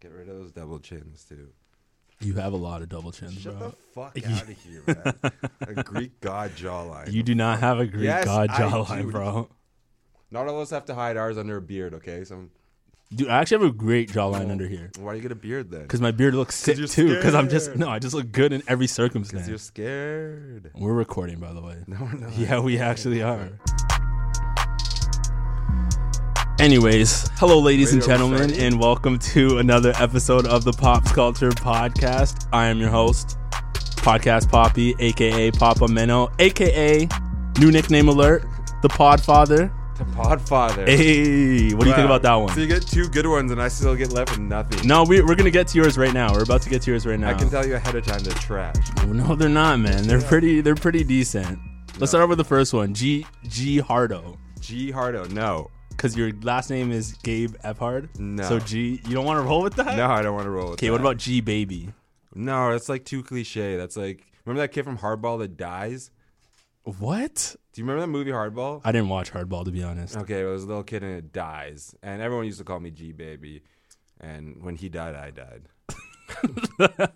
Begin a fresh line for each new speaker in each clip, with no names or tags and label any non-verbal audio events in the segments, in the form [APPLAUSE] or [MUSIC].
Get rid of those double chins, too.
You have a lot of double chins,
Shut
bro.
the
[LAUGHS]
fuck out of here, man. a Greek god jawline.
You do not have a Greek
Yes,
god
I
jawline,
do.
bro.
Not all of us have to hide ours under a beard, okay? So
Dude, I actually have a great jawline under here
why do you get a beard then?
because my beard looks sick
you're
too. Because I'm just
scared.
no, I just look good in every
Because
circumstance.
you're scared.
We're recording, by the way.
No, we're not.
Yeah, we actually are. Anyways, hello, ladies and
Radio
gentlemen,
Shack.
and welcome to another episode of the Pop Culture Podcast. I am your host, Podcast Poppy, aka Papa Menno, aka new nickname alert, the Podfather.
The Podfather.
Oh. Hey, what do you think about that
So
one?
you get two good ones, and I still get left with nothing.
No, we, we're gonna get to yours right now. We're about to get to yours right now.
I can tell you ahead of time they're trash.
No, they're not, man. They're pretty. They're pretty decent. Let's start off with the first one, G G Hardo.
G Hardo, no,
because your last name is Gabe Ephard.
No.
So G, you don't want to roll with that.
no, I don't want to roll with.
Okay,
that.
what about G Baby?
No, that's like too cliche. That's like remember that kid from Hardball that dies.
What?
Do you remember that movie Hardball?
I didn't watch Hardball to be honest.
Okay, it was a little kid and it dies, and everyone used to call me G baby, and when he died, I died.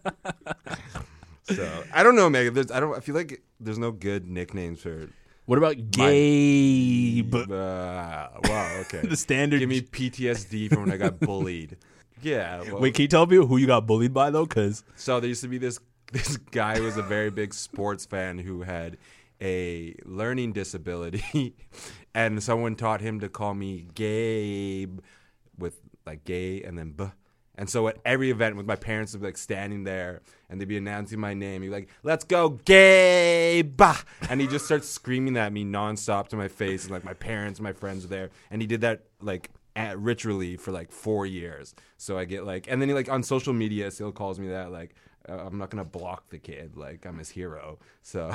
[LAUGHS] so I don't know, Megan. There's, I don't. I feel like there's no good nicknames for.
What about Gabe?
Uh, wow. Okay.
[LAUGHS] The standard.
Give me PTSD from when I
[LAUGHS]
got bullied. Yeah. well-
Wait, can you tell me who you got bullied by though? Because
So there used to be this [LAUGHS] this guy who was a very big sports fan who had a learning disability, [LAUGHS] and someone taught him to call me Gabe with like gay and then b. And so at every event with my parents would be like standing there and they'd be announcing my name. He'd be like, let's go, Gabe. And he just starts screaming at me nonstop to my face. And like my parents, my friends are there. And he did that like at ritually for like four years. So I get like, and then he like on social media still calls me that. Like, uh, I'm not gonna block the kid. Like, I'm his hero. [LAUGHS] So,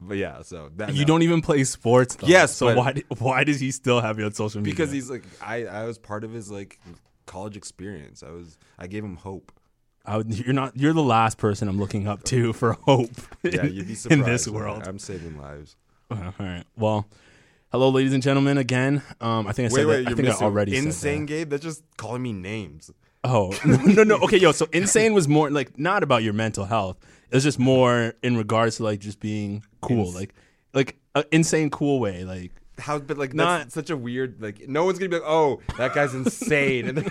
but yeah, so that
you
no.
don't even play sports. Though.
Yes,
So
but-
why d- why does he still have you on social media?
because he's like, I I was part of his like college experience. I was I gave him hope.
I would, you're not. You're the last person I'm looking up to for hope.
[LAUGHS] Yeah,
in-
you'd be surprised.
[LAUGHS] in this
man.
world.
I'm saving lives.
All right. Well, hello, ladies and gentlemen. Again, um, I think I said that. I think I already said that.
insane, Gabe. That's just calling me names.
Oh [LAUGHS] no, no no okay yo so insane was more like not about your mental health it was just more in regards to like just being cool like like an insane cool way like
How, but like,
Not-
that's such a weird. Like, no one's gonna be like, "Oh, that
[LAUGHS]
guy's insane," and then,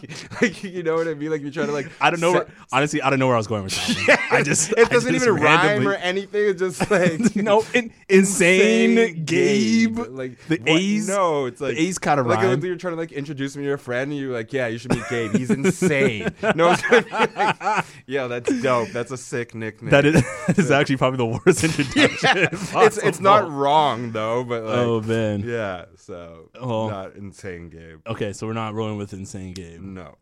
[LAUGHS] like, you know what I mean? Like, you're trying to like,
I don't know
se-
where, honestly I don't know where I was going with that one.
[LAUGHS]
I just
it doesn't
I just
even
randomly,
rhyme or anything. It's just like
[LAUGHS] no in, insane, Gabe
Like
the
what?
A's
No, it's like
the A's kind of
like
rhyme
you're trying to like introduce me to your friend, and you're like, yeah, you should meet Gabe. He's
[LAUGHS]
insane. no, it's gonna be like, yeah, that's dope. That's a sick nickname.
that
[LAUGHS]
is, [LAUGHS] that is actually probably the worst introduction
it's it's not
possible.
wrong though, but like,
oh man
yeah, so
Oh.
not insane Gabe.
okay so we're not rolling with insane Gabe
No,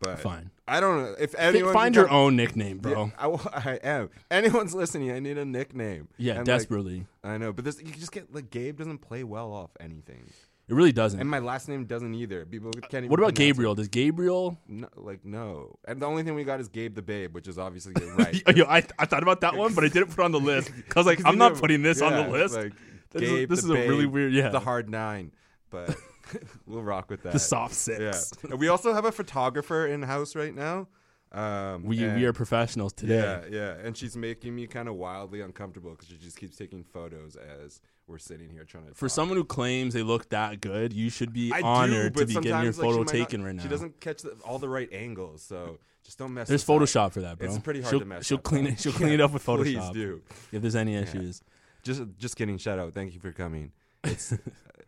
but
fine
I don't know if
Fi-
anyone
find your own nickname
Yeah,
bro
I, will- [LAUGHS] I am. Anyone's listening, I need a nickname.
yeah
And, like,
desperately.
I know, but this you just get like Gabe doesn't play well off anything,
It really doesn't.
and my last name doesn't either. People can't. Even
Uh, what about
pronounce it.
Gabriel? Does Gabriel?
No, like no, and the only thing we got is Gabe the Babe, which is obviously
[LAUGHS]
right.
Yo, I, I thought about that one, but I didn't put it on
[LAUGHS]
the list because like
'Cause
I'm
you
not
never-
putting this on
yeah,
the list.
Like,
This is-
Gabe
this
the
is a really
Babe,
weird- yeah.
the hard nine, but [LAUGHS] we'll rock with that.
the soft
yeah.
six.
And we also have a photographer in house right now. Um,
We
and-
we are professionals today. [LAUGHS]
yeah, yeah, and she's making me kind of wildly uncomfortable because she just keeps taking photos as we're sitting here trying to.
For
talk.
someone who claims they look that good, you should be
I do,
honored
but
to be getting your
sometimes, like, she
photo
might not-
taken right now.
She doesn't catch the, all the right angles, so just don't mess.
There's
us up.
Photoshop for that, bro.
It's pretty hard
she'll,
to mess.
She'll
up,
clean
though. [LAUGHS]
it. She'll clean it up with Photoshop.
Please do.
If there's any issues,
Just, just kidding. Shout out. Thank you for coming.
[LAUGHS]
It's, uh,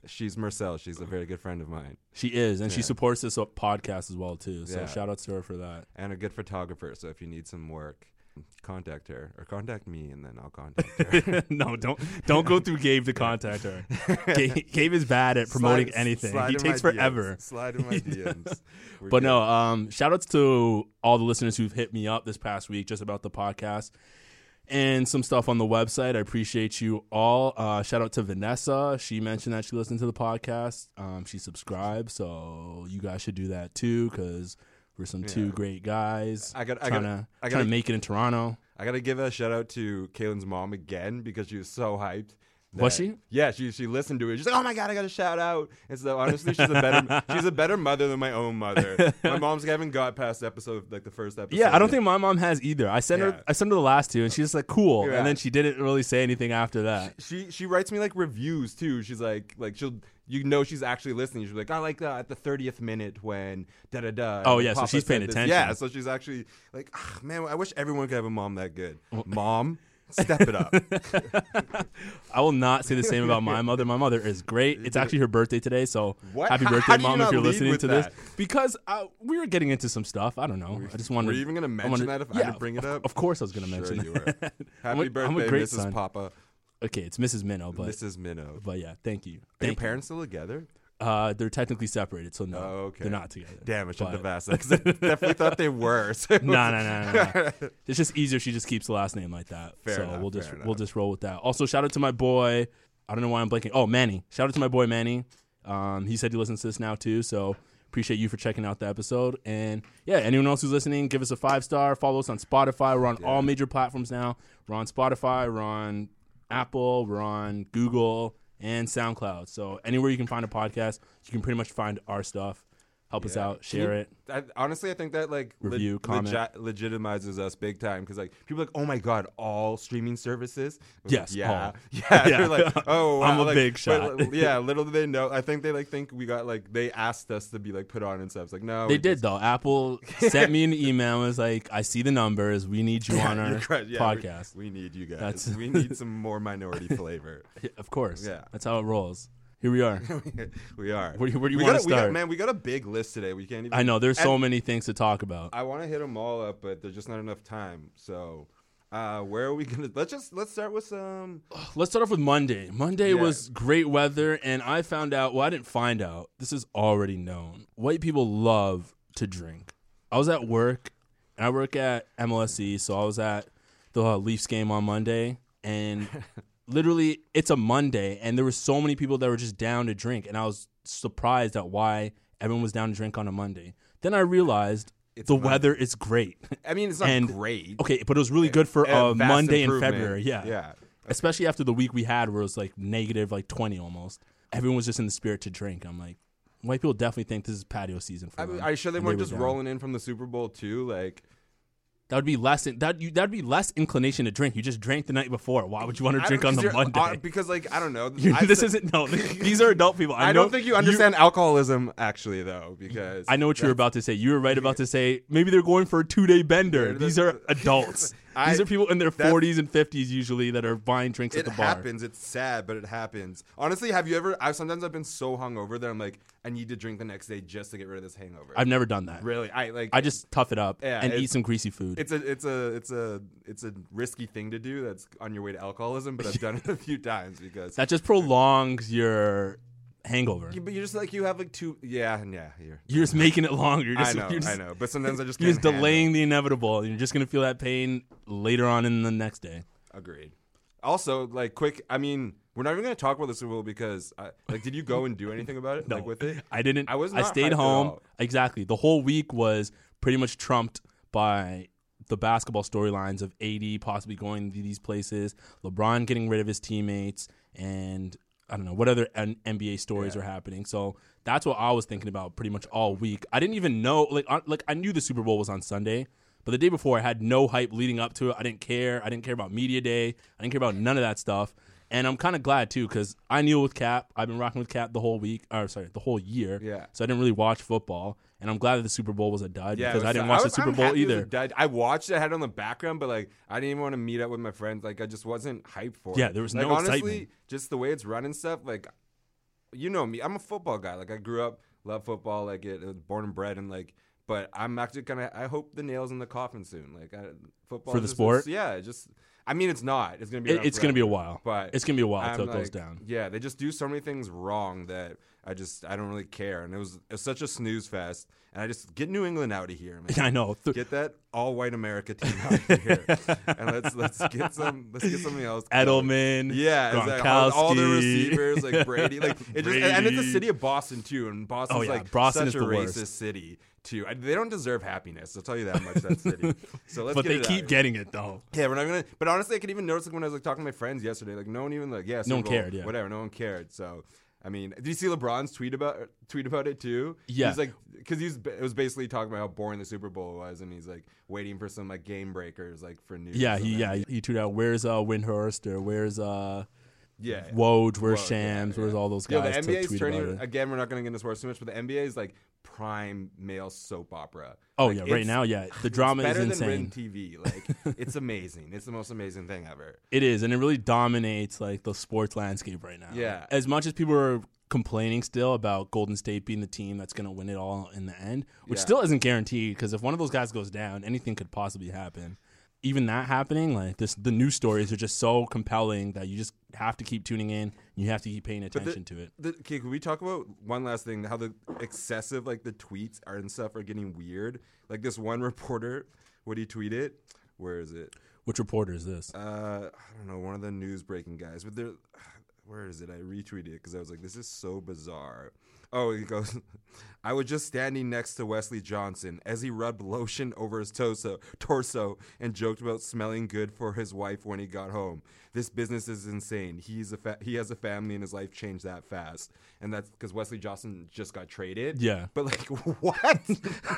she's Marcel. She's a very good friend of mine
she is, and she supports this uh, podcast as well too. So
Yeah.
shout out to her
[LAUGHS]
for that. [LAUGHS]
and a good photographer. So if you need some work, contact her or contact me, and then I'll contact her.
no, don't don't go through Gabe to
[LAUGHS]
contact her. Gabe, Gabe is bad at [LAUGHS] promoting
Slide-
anything.
slide
he
in my
takes
DMs.
forever.
Slide
[LAUGHS]
in my DMs. We're
But
good.
no, um, shout outs to all the listeners who've hit me up this past week just about the podcast and some stuff on the website. I appreciate you all. Uh, shout out to Vanessa. She mentioned that she listened to the podcast. Um, she subscribed, so you guys should do that too because we're some two great guys.
I got- I
trying
got-
to
I got-
trying to make it in Toronto.
I gotta give a shout out to Kaylin's mom again because she was so hyped.
Was
that-
she?
Yeah, she she listened to it. She's like, "Oh my god, I got a shout out!" And so honestly, she's a
[LAUGHS]
better she's a better mother than my own mother. My mom's like, I haven't got past episode like the first episode.
Yeah, I don't
yet.
think my mom has either. I sent
Yeah.
her I sent her the last two, and she's just like cool,
Yeah.
and then she didn't really say anything after that.
she she writes me like reviews too. She's like like she'll you know she's actually listening. She'll be like, I like that at the thirtieth minute when da da da.
Oh,
and
yeah, so she's
said
paying
this."
attention.
Yeah, so she's actually like, ah, man, I wish everyone could have a mom that good. Mom,
[LAUGHS]
step it up.
I will not say the same
[LAUGHS]
about my mother. My mother is great. It's actually her birthday today, so
What?
happy
How
birthday,
do you
mom! If
not
you're
lead
listening
with
to
that?
this, because uh, we were getting into some stuff. I don't know. I just wanted.
Were you even gonna
I
mention
wanted-
that if I
yeah,
didn't bring it
of-
up?
Of course, I was gonna
Sure
mention. it.
you were. [LAUGHS] Happy
I'm a-
birthday,
I'm a great
Mrs.
son.
Papa,
[LAUGHS] Okay, it's Mrs. Minnow, but
Mrs. Minnow.
but yeah, thank you.
Are your
Thank you.
parents still together?
Uh, they're technically separated, so no,
Oh, okay.
they're not together.
Damn, I shouldn't
But-
have asked that 'cause I definitely thought they were. [LAUGHS] So it
[LAUGHS] No,
was-
no, no, no,
[LAUGHS]
no. It's just easier. She just keeps the last name like that.
Fair
so
enough,
we'll just
fair
we'll
enough.
just roll with that. Also, shout out to my boy. I don't know why I'm blanking. Oh, Manny. Shout out to my boy Manny. Um, he said he listens to this now too. So appreciate you for checking out the episode. And yeah, anyone else who's listening, give us a five star. Follow us on Spotify. We're on all major platforms now. We're on Spotify. We're on Apple. We're on Google and SoundCloud. So anywhere you can find a podcast, you can pretty much find our stuff. Help us out. Share it.
I, honestly, I think that like leg-
Review, comment.
legi- legitimizes us big time because like people are like, oh my god, all streaming services. I was
Yes,
like, yeah,
all.
[LAUGHS] yeah.
Yeah.
They're like, oh, wow.
[LAUGHS] I'm a
like,
big
but,
shot.
like,
[LAUGHS]
yeah, little do they know. I think they like think we got like they asked us to be like put on and stuff. It's like no,
They
we
did though. Apple
[LAUGHS]
sent me an email. and Was like, I see the numbers. We need you on our
You're correct. Yeah, we-
podcast.
We, need you guys.
That's- [LAUGHS]
we need some more minority flavor. [LAUGHS]
of course.
Yeah.
That's how it rolls. Here
[LAUGHS]
we are.
we are.
Where do you- where do you
We
wanna
got a- we got-
start?
Man, we got a big list today. We can't even.
I know there's so
And
many things to talk about.
I want to hit them all up, but there's just not enough time. So, uh, where are we gonna? Let's just let's start with some.
Let's start off with Monday. Monday
Yeah.
was great weather, and I found out. Well, I didn't find out. This is already known. White people love to drink. I was at work, and I work at MLSE, E, so I was at the uh, Leafs game on Monday,
[LAUGHS]
and literally it's a Monday, and there were so many people that were just down to drink, and I was surprised at why everyone was down to drink on a Monday. Then I realized the
Monday.
weather is great. [LAUGHS]
I mean, it's not
And-
great.
okay, but it was really good for
A
a
vast
Monday in
improvement.
February. Yeah,
Yeah.
Especially after the week we had where it was like negative, like twenty almost. Everyone was just in the spirit to drink. I'm like, white people definitely think this is patio season for
I
them.
mean, are you sure they
And
weren't
were
just
down.
rolling in from the Super Bowl too? Like,
That would be less. That you that'd be less inclination to drink. You just drank the night before. Why would you want
I
to drink
don't-
on
'cause
the
you're-
Monday?
uh,
[LAUGHS]
because, like, I don't know.
You-
I-
this
[LAUGHS]
isn't no. th- These are adult people. I,
I don't
know-
think you understand alcoholism, actually, though, because
I know what you were about to say. You were right about to say maybe they're going for a two day bender.
Yeah,
These
that's- [LAUGHS]
are adults.
I-
These are people in their
that's-
40s and 50s usually that are buying drinks at
it
the bar.
happens. It's sad, but it happens. Honestly, have you ever? I sometimes I've been so hungover that I'm like, I need to drink the next day just to get rid of this hangover.
I've never done that.
really, I like.
I just tough it up
Yeah,
and eat
it's-
some greasy food.
It's a it's a it's a it's a risky thing to do. That's on your way to alcoholism, but I've done it a few times because.
That just prolongs your hangover.
but you're just like you have like two. Yeah, yeah. You're,
You're just making it longer. You're
I
just,
know,
you're just,
I know. But sometimes I just
[LAUGHS] You're just
can't handle it.
delaying the inevitable. You're just gonna feel that pain later on in the next day.
Agreed. Also, like, quick. I mean, we're not even gonna talk about the Super Bowl because, I, like, did you go and do anything about it?
[LAUGHS] No,
Like with it?
I didn't.
I was
I
not hyped
stayed
at
home.
all.
Exactly. The whole week was pretty much trumped by the basketball storylines of AD possibly going to these places, LeBron getting rid of his teammates, and I don't know what other N- NBA stories are happening. So that's what I was thinking about pretty much all week. I didn't even know like I, like I knew the Super Bowl was on Sunday, But the day before, I had no hype leading up to it. I didn't care. I didn't care about media day. I didn't care about none of that stuff. And I'm kind of glad too because I knew with Cap. I've been rocking with Cap the whole week, or sorry, the whole year.
Yeah.
So I didn't really watch football, and I'm glad that the Super Bowl was a dud
Yeah, it
because I
was-
didn't watch
was-
the Super
I'm
Bowl
happy it was
either.
a dud. I watched it, I had it on the background, but like I didn't even want to meet up with my friends. Like I just wasn't hyped for it.
Yeah, there was
like,
no
honestly,
excitement.
Just the way it's run and stuff. Like you know me, I'm a football guy. Like I grew up, love football. Like it, it was born and bred, and like. But I'm actually gonna. I hope the nails in the coffin soon. Like I, football
For the
just-
sport?
Yeah, it just. I mean, it's not. It's gonna be.
It-
around
it's gonna be a
forever,
while.
But
It's gonna be a while till
I'm
it goes
like,
down.
Yeah, they just do so many things wrong that I just I don't really care. And it was, it was such a snooze fest. And I just get New England out of here, man.
[LAUGHS] I know. Th-
Get that all white America team out
[LAUGHS]
of here, and let's let's get some let's get something else.
Edelman,
yeah, exactly. All, all the
Gronkowski.
receivers like Brady,
[LAUGHS]
like it just, and it's the
Brady. Oh,
city of Boston too, and Boston's
yeah,
like
Boston
such
is
a
the
racist
worst.
city too. I, they don't deserve happiness. I'll tell you that much. That
[LAUGHS]
city. So let's
but
get
they
it out
keep
of here.
getting it though.
Yeah, we're not gonna. But honestly, I could even notice like when I was like talking to my friends yesterday, like no one even like yeah, Super
one
Bowl,
cared, yeah.
whatever, no one cared. So I mean, did you see LeBron's tweet about tweet about it too?
Yeah.
he's like because he was ba- it was basically talking about how boring the Super Bowl was, and he's like waiting for some like game breakers like for news.
Yeah, he
and
yeah
that.
he, he tweeted out where's uh Windhurst or where's uh
yeah.
Woj, where's
Woj,
Shams,
yeah,
where's
yeah.
all those
Yo,
guys
the
to
NBA's
tweet
turning
about it.
again. We're not going to get into sports too much, but the NBA is like prime male soap opera.
Oh
Like,
yeah, right
it's-
now yeah, the drama is
better than
insane.
Rin TV.
[LAUGHS]
Like it's amazing. It's the most amazing thing ever.
It is, and it really dominates like the sports landscape right now.
Yeah.
As much as people are complaining still about Golden State being the team that's going to win it all in the end, which
Yeah.
still isn't guaranteed because if one of those guys goes down, anything could possibly happen. Even that happening, like this, the news stories are just so compelling that you just have to keep tuning in. You have to keep paying attention to it.
The, okay, can we talk about one last thing? How the excessive like the tweets are and stuff are getting weird. Like this one [LAUGHS] reporter, what he tweeted. Where is it?
Which reporter is this?
Uh, I don't know. One of the news breaking guys, but there. [SIGHS] Where is it? I retweeted it because I was like, "This is so bizarre." Oh, he goes, [LAUGHS] "I was just standing next to Wesley Johnson as he rubbed lotion over his torso, torso, and joked about smelling good for his wife when he got home. This business is insane. He's a fa- he has a family and his life changed that fast, and that's because Wesley Johnson just got traded.
Yeah.
but like [LAUGHS] what?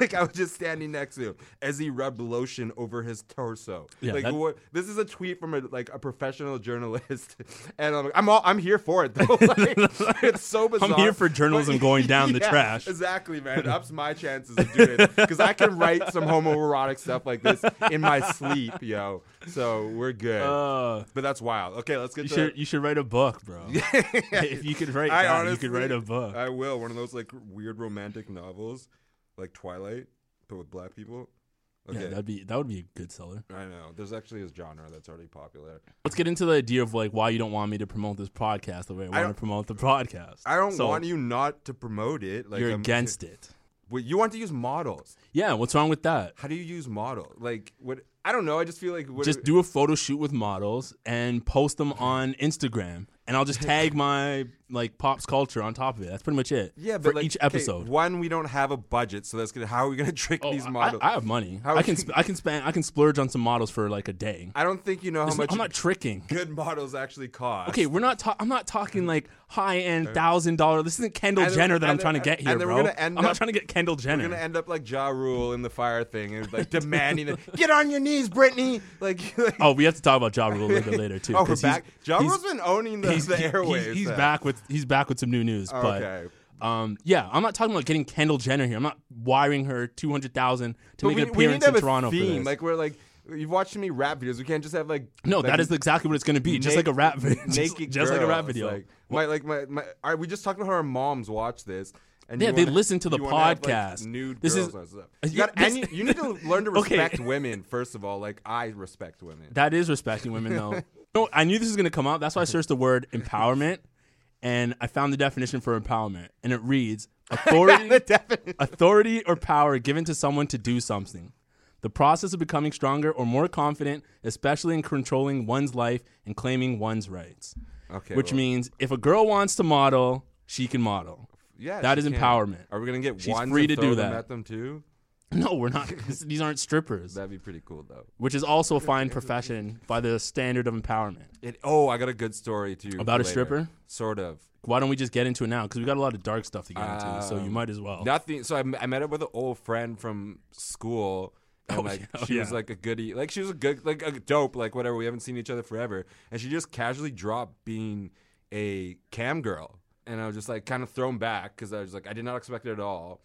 like I was just standing next to him as he rubbed lotion over his torso.
Yeah,
like
that-
what? This is a tweet from a like a professional journalist, [LAUGHS] and I'm like, I'm all, I'm here for it though. [LAUGHS] Like, it's
[LAUGHS]
so bizarre.
here for journalism
[LAUGHS]
going down the
Yeah,
trash.
Exactly, man. Ups my chances of doing it because I can write some homoerotic stuff like this in my sleep, yo. So we're good.
Uh,
but that's wild. Okay, let's get
you
to.
should you should write a book,
[LAUGHS]
bro. if you could write,
I
that,
honestly,
you could write a book.
I will. One of those like weird romantic novels, like Twilight, but with black people.
yeah,
Okay,
that'd be that would be a good seller.
I know. There's actually a genre that's already popular.
Let's get into the idea of like why you don't want me to promote this podcast the way I want
don't-
to promote the podcast.
I don't
So,
want you not to promote it. Like
You're
I'm-
against it.
Wait, you want to use models?
Yeah, what's wrong with that?
How do you use model? Like what? I don't know. I just feel like what
Just do a photo shoot with models and post them on Instagram, and I'll just
[LAUGHS]
tag my like pops culture on top of it. That's pretty much it.
Yeah, but
for
like,
each
okay,
episode.
one we don't have a budget, so that's gonna. How are we gonna [LAUGHS] trick
Oh,
these
I-
models?
I, have money.
How-
I can sp- I can spend I can splurge on some models for like a day.
I don't think you know how
It's not-
much
I'm not tricking.
good models actually cost.
Okay, we're not. Ta- I'm not talking like high end thousand dollar. This isn't Kendall
Mm-hmm. And then-
Jenner that I'm
and
trying to
then-
get
and
here,
then we're
bro.
gonna end
I'm not
up-
trying to get Kendall Jenner.
We're gonna end up like Ja Rule in the fire thing and like [LAUGHS] demanding that get on your knees, Brittany. Like, [LAUGHS] like
Oh, we have to talk about Ja Rule a little bit later too.
oh, we're
'cause he's-
back. Ja
he's-
Rule's been owning the, [LAUGHS]
he's,
the
he- he's-
airwaves.
he's
then.
back with he's back with some new news. but
okay.
um, yeah, I'm not talking about getting Kendall Jenner here. I'm not wiring her two hundred thousand to
But
make
we,
an
we need
appearance
to have
in Toronto
a
for
theme.
this.
Like we're like you've watched me rap videos. We can't just have like
no,
like,
that is exactly what it's going to be. just like a rap [LAUGHS] video.
[LAUGHS] naked
Just, just like a
girl.
rap
It's
video.
Like, my like my, my all right, we just talked about how our moms watch this. And
Yeah,
you
they
wanna-
listen to the
you wanna have, like,
podcast.
nude
This
girls
is-
and stuff.
Uh,
You, got,
yeah,
and you,
this-
you need to learn to
[LAUGHS] Okay.
respect women first of all. Like I respect women.
That is respecting women,
[LAUGHS]
though. no, I knew this was going to come up. That's why I searched the word empowerment, and I found the definition for empowerment, and
[LAUGHS]
it reads authority, authority or power given to someone to do something. The process of becoming stronger or more confident, especially in controlling one's life and claiming one's rights.
Okay,
Which
well-
means if a girl wants to model, she can model.
yeah,
that
she
is
can.
empowerment.
Are we gonna get
She's
wands
free
and
to
throw
do
them
that.
at them too?
[LAUGHS] No, we're not. [LAUGHS] this, these aren't strippers,
That'd be pretty cool though.
which is also
[LAUGHS]
a fine profession by the standard of empowerment.
It, oh, I got a good story too
About a
later.
stripper?
Sort of.
why don't we just get into it now? Because we got a lot of dark stuff to get into, so you
Um,
might as well.
Nothing. So I, m- I met up with an old friend from school. and
Oh,
like
yeah. Oh,
she was
yeah.
like a goody, like she was a good, like a dope, like whatever. We haven't seen each other forever, and she just casually dropped being a cam girl, and I was just like kind of thrown back because I was like I did not expect it at all.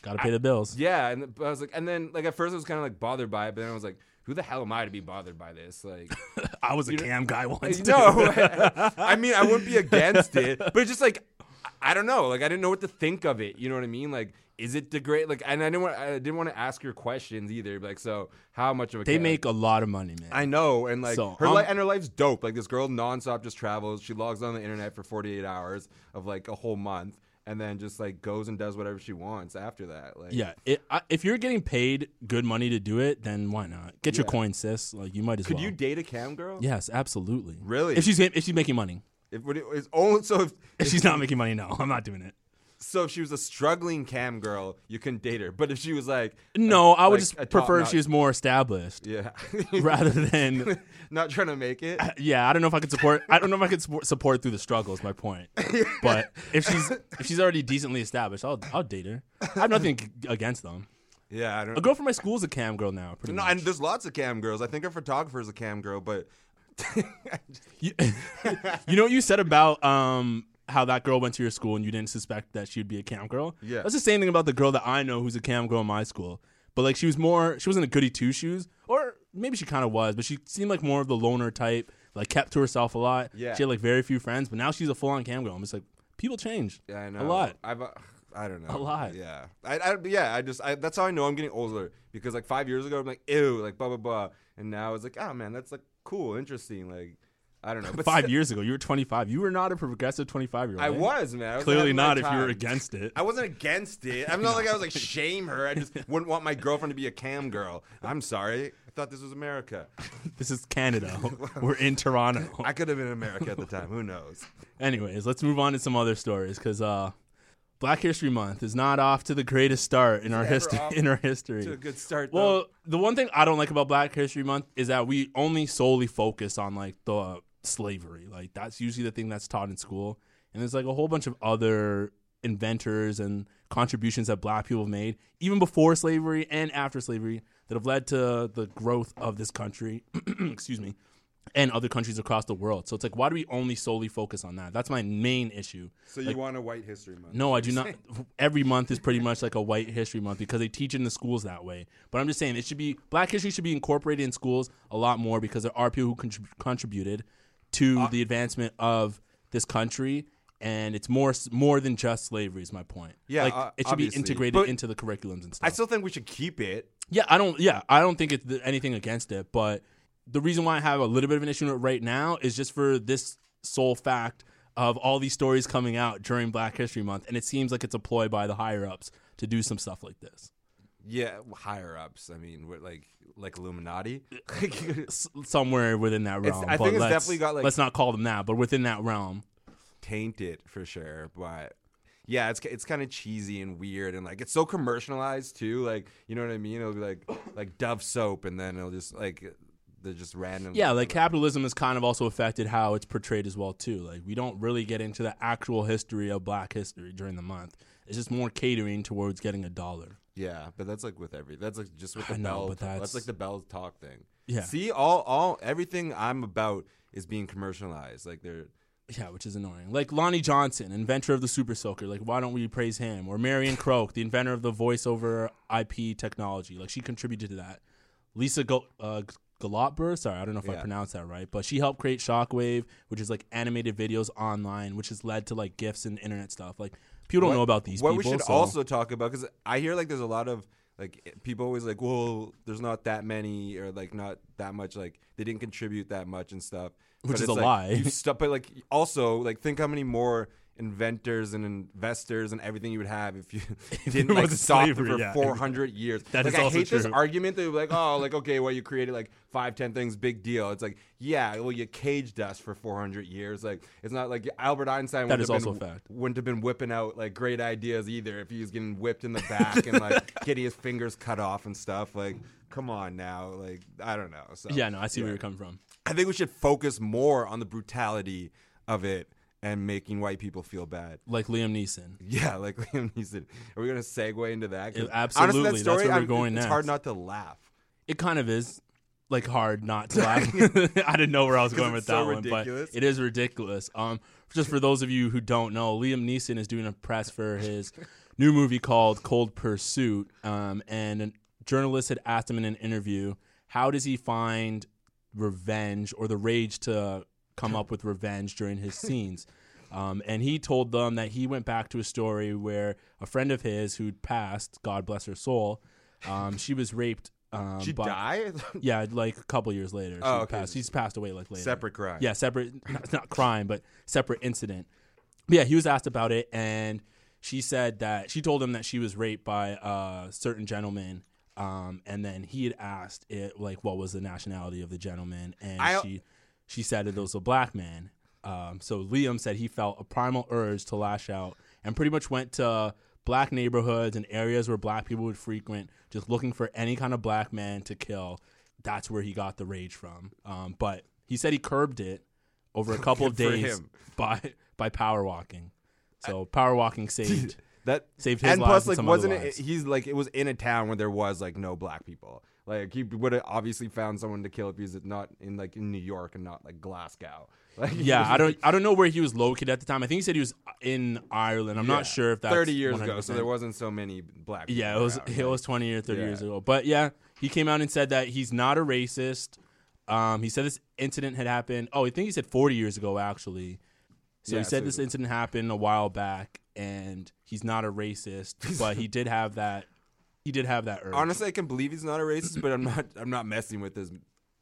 Gotta pay the bills.
Yeah, and but I was like, and then like at first I was kind of like bothered by it, but then I was like, who the hell am I to be bothered by this? Like,
I was a cam
[LAUGHS]
guy [LAUGHS] once.
no, I mean I wouldn't be against it, but it's just like I- I don't know, like I didn't know what to think of it. You know what I mean? Like, is it the great? Like, and I didn't want I didn't want to ask her questions either. Like, so how much of a
They
ca-
make a lot of money, man.
I know, and like
So,
her
um,
li- and her life's dope. Like this girl nonstop just travels. She logs on the internet for 48 hours of like a whole month, and then just like goes and does whatever she wants after that. Like,
yeah, it, I, if you're getting paid good money to do it, then why not? Get your
Yeah.
coin, sis. Like you might as
Could
well.
you date a cam girl?
yes, absolutely.
Really?
If she's if she's making money,
If would it is only so if,
if she's not making money, no, I'm not
[LAUGHS]
doing it.
so if she was a struggling cam girl, you couldn't date her. But if she was like
No, I would
like a
just prefer if
top-notch-
she was more
[LAUGHS]
established
yeah, [LAUGHS]
rather than.
not trying to make
[LAUGHS]
it.
Yeah, I don't know if I could support. I don't know if I could support, support through the struggle. Is my point. But if she's if she's already decently established, I'll I'll date her. I have nothing against them.
Yeah, I don't.
A girl from my school's a cam girl now. Pretty
no,
much.
and there's lots of cam girls. I think our photographer is a cam girl, but
You, [LAUGHS] you know what you said about um how that girl went to your school and you didn't suspect that she'd be a cam girl.
Yeah.
that's the same thing about the girl that I know who's a cam girl in my school. But like she was more, she wasn't a goody two shoes, or maybe she kind of was, but she seemed like more of the loner type. Like kept to herself a lot.
Yeah.
she had like very few friends, but now she's a full on cam girl. I'm just like, people change.
Yeah, I know.
a lot.
I've. Uh, I don't know.
A lot.
Yeah. I, I yeah, I just I, that's how I know I'm getting older because like 5 years ago I'm like ew, like blah blah blah. And now it's like, "Oh man, that's like cool, interesting." Like I don't know. But
[LAUGHS] Five years ago, you were 25. You were not a progressive 25 year old.
I was, man. I was
Clearly
having my
not if you were
time.
against it.
I wasn't against it. I'm not like I
[LAUGHS]
was like shame her. I just wouldn't want my girlfriend to be a cam girl. I'm sorry. I thought this was America.
This is
[LAUGHS]
Canada. we're in Toronto.
I could have been in America at the time. Who [LAUGHS] knows?
Anyways, let's move on to some other stories because uh, Black History Month is not off to the greatest start in our
ever
history.
off
In our history,
To a good start.
well,
Though.
the one thing I don't like about Black History Month is that we only solely focus on like the uh, slavery. Like that's usually the thing that's taught in school, and there's like a whole bunch of other inventors and contributions that Black people have made even before slavery and after slavery that have led to the growth of this country. [CLEARS THROAT] excuse me. And other countries across the world. So it's like, why do we only solely focus on that? That's my main issue.
so you want a white history month.
No, I do not. [LAUGHS] Every month is pretty much like a White History Month because they teach it in the schools that way. But I'm just saying it should be Black History should be incorporated in schools a lot more because there are people who contrib- contributed to
Uh,
the advancement of this country, and it's more s- more than just slavery. Is my point?
Yeah,
like
uh,
it should be
obviously.
integrated
But-
into the curriculums and stuff.
I still think we should keep it.
Yeah, I don't. Yeah, I don't think it's th- anything against it, but the reason why I have a little bit of an issue with it right now is just for this sole fact of all these stories coming out during Black History Month, and it seems like it's a ploy by the higher ups to do some stuff like this.
Yeah, higher ups. I mean, we're like like
[LAUGHS]
Illuminati. [LAUGHS]
S- somewhere within that realm.
I
but
think it's
let's-
definitely got, like-
Let's not call them that, but within that realm.
Tainted for sure, but yeah, it's it's kind of cheesy and weird and like it's so commercialized too. Like you know what I mean? It'll be
[COUGHS]
like like Dove soap, and then it'll just like they're just random.
Yeah, like capitalism has kind of also affected how it's portrayed as well too. Like we don't really get into the actual history of Black history during the month. It's just more catering towards getting a dollar.
yeah, but that's like with every that's like just with the
I know,
bell.
but
that's...
that's-
like the bell talk thing.
Yeah.
See, all all everything I'm about is being commercialized. Like they're
Yeah, which is annoying. Like Lonnie Johnson, inventor of the super soaker. Like, why don't we praise him? Or Marion Croak, the inventor of the voice over IP technology. Like, she contributed to that. Lisa Go- uh, Galotber, sorry, I don't know if I
Yeah.
pronounced that right, but she helped create Shockwave, which is like animated videos online, which has led to like gifs and internet stuff. Like, people don't know about these
what we
people.
should
so-
also talk about because I hear like there's a lot of like i- people always like, well, there's not that many or like not that much like they didn't contribute that much and stuff,
Which
But
is
it's,
a
like,
lie. [LAUGHS]
You stuff, but like also like think how many more inventors and investors and everything you would have if
[LAUGHS]
you [LAUGHS] didn't
there
like
wasn't
stop
slavery,
for
yeah,
400 years.
That
like,
is
I
also
hate this
true.
argument that you're like,
[LAUGHS]
oh, like okay, well you created like five, ten things, big deal. It's like, yeah, well you caged us for 400 years. Like it's not like Albert Einstein
That
wouldn't
is
have been-
also a fact.
wouldn't have been whipping out like great ideas either if he was getting whipped in the back and like
[LAUGHS]
getting his fingers cut off and stuff. Like, come on now. Like, I don't know. So
Yeah, no, I see where you're coming from.
I think we should focus more on the brutality of it and making white people feel bad. [LAUGHS]
Like Liam Neeson.
Yeah, like [LAUGHS] Liam Neeson. Are we gonna segue into that? 'Cause
Yeah, absolutely. That's where we're
I'm-
going
It's
next.
hard not to laugh.
It kind of is like hard
[LAUGHS]
not to laugh. [LAUGHS] I didn't know where I was going with
it's so
that one,
ridiculous.
but it is ridiculous. Um, just for those of you who don't know, Liam Neeson is doing a press
[LAUGHS]
for his new movie called Cold Pursuit. Um, and a journalist had asked him in an interview, how does he find revenge or the rage to come up with revenge during
[LAUGHS]
his scenes? Um, and he told them that he went back to a story where a friend of his who'd passed, God bless her soul, um, she was raped. Um,
She
by, [LAUGHS]
die?
yeah, like a couple years later. She
Oh, okay.
passed, she's passed away like later.
Separate crime.
Yeah, separate. Not, not crime, but separate incident. But yeah, he was asked about it, and she said that she told him that she was raped by a certain gentleman. Um, and then he had asked it like, what was the nationality of the gentleman? And
I-
she she said it was a black man. Um, so Liam said he felt a primal urge to lash out and pretty much went to black neighborhoods and areas where black people would frequent, just looking for any kind of black man to kill. That's where he got the rage from. Um, but he said he curbed it
[LAUGHS]
over a couple of
Good for
days
him.
[LAUGHS] by by power walking. So power
[LAUGHS]
walking saved.
That
Saved his
and plus,
lives and
like,
some other
wasn't it?
lives.
He's like, it was in a town where there was like no black people. Like, he would have obviously found someone to kill if he's not in like in New York and not like Glasgow. [LAUGHS] Like, he
Yeah,
was-
I don't I don't know where he was located at the time. I think he said he was in Ireland. I'm
yeah.
not sure if that's
thirty years ago, so
100%.
there wasn't so many black. People
Yeah, it was
around,
it
like-
was twenty or thirty years
Yeah.
ago. But yeah, he came out and said that he's not a racist. Um, he said this incident had happened. Oh, I think he said forty years ago actually. So
Yeah,
he said
so-
this incident happened a while back, and he's not
[LAUGHS]
a racist, but he did have that. He did have that urge.
honestly, I can believe he's not a racist, but I'm not. I'm not messing with his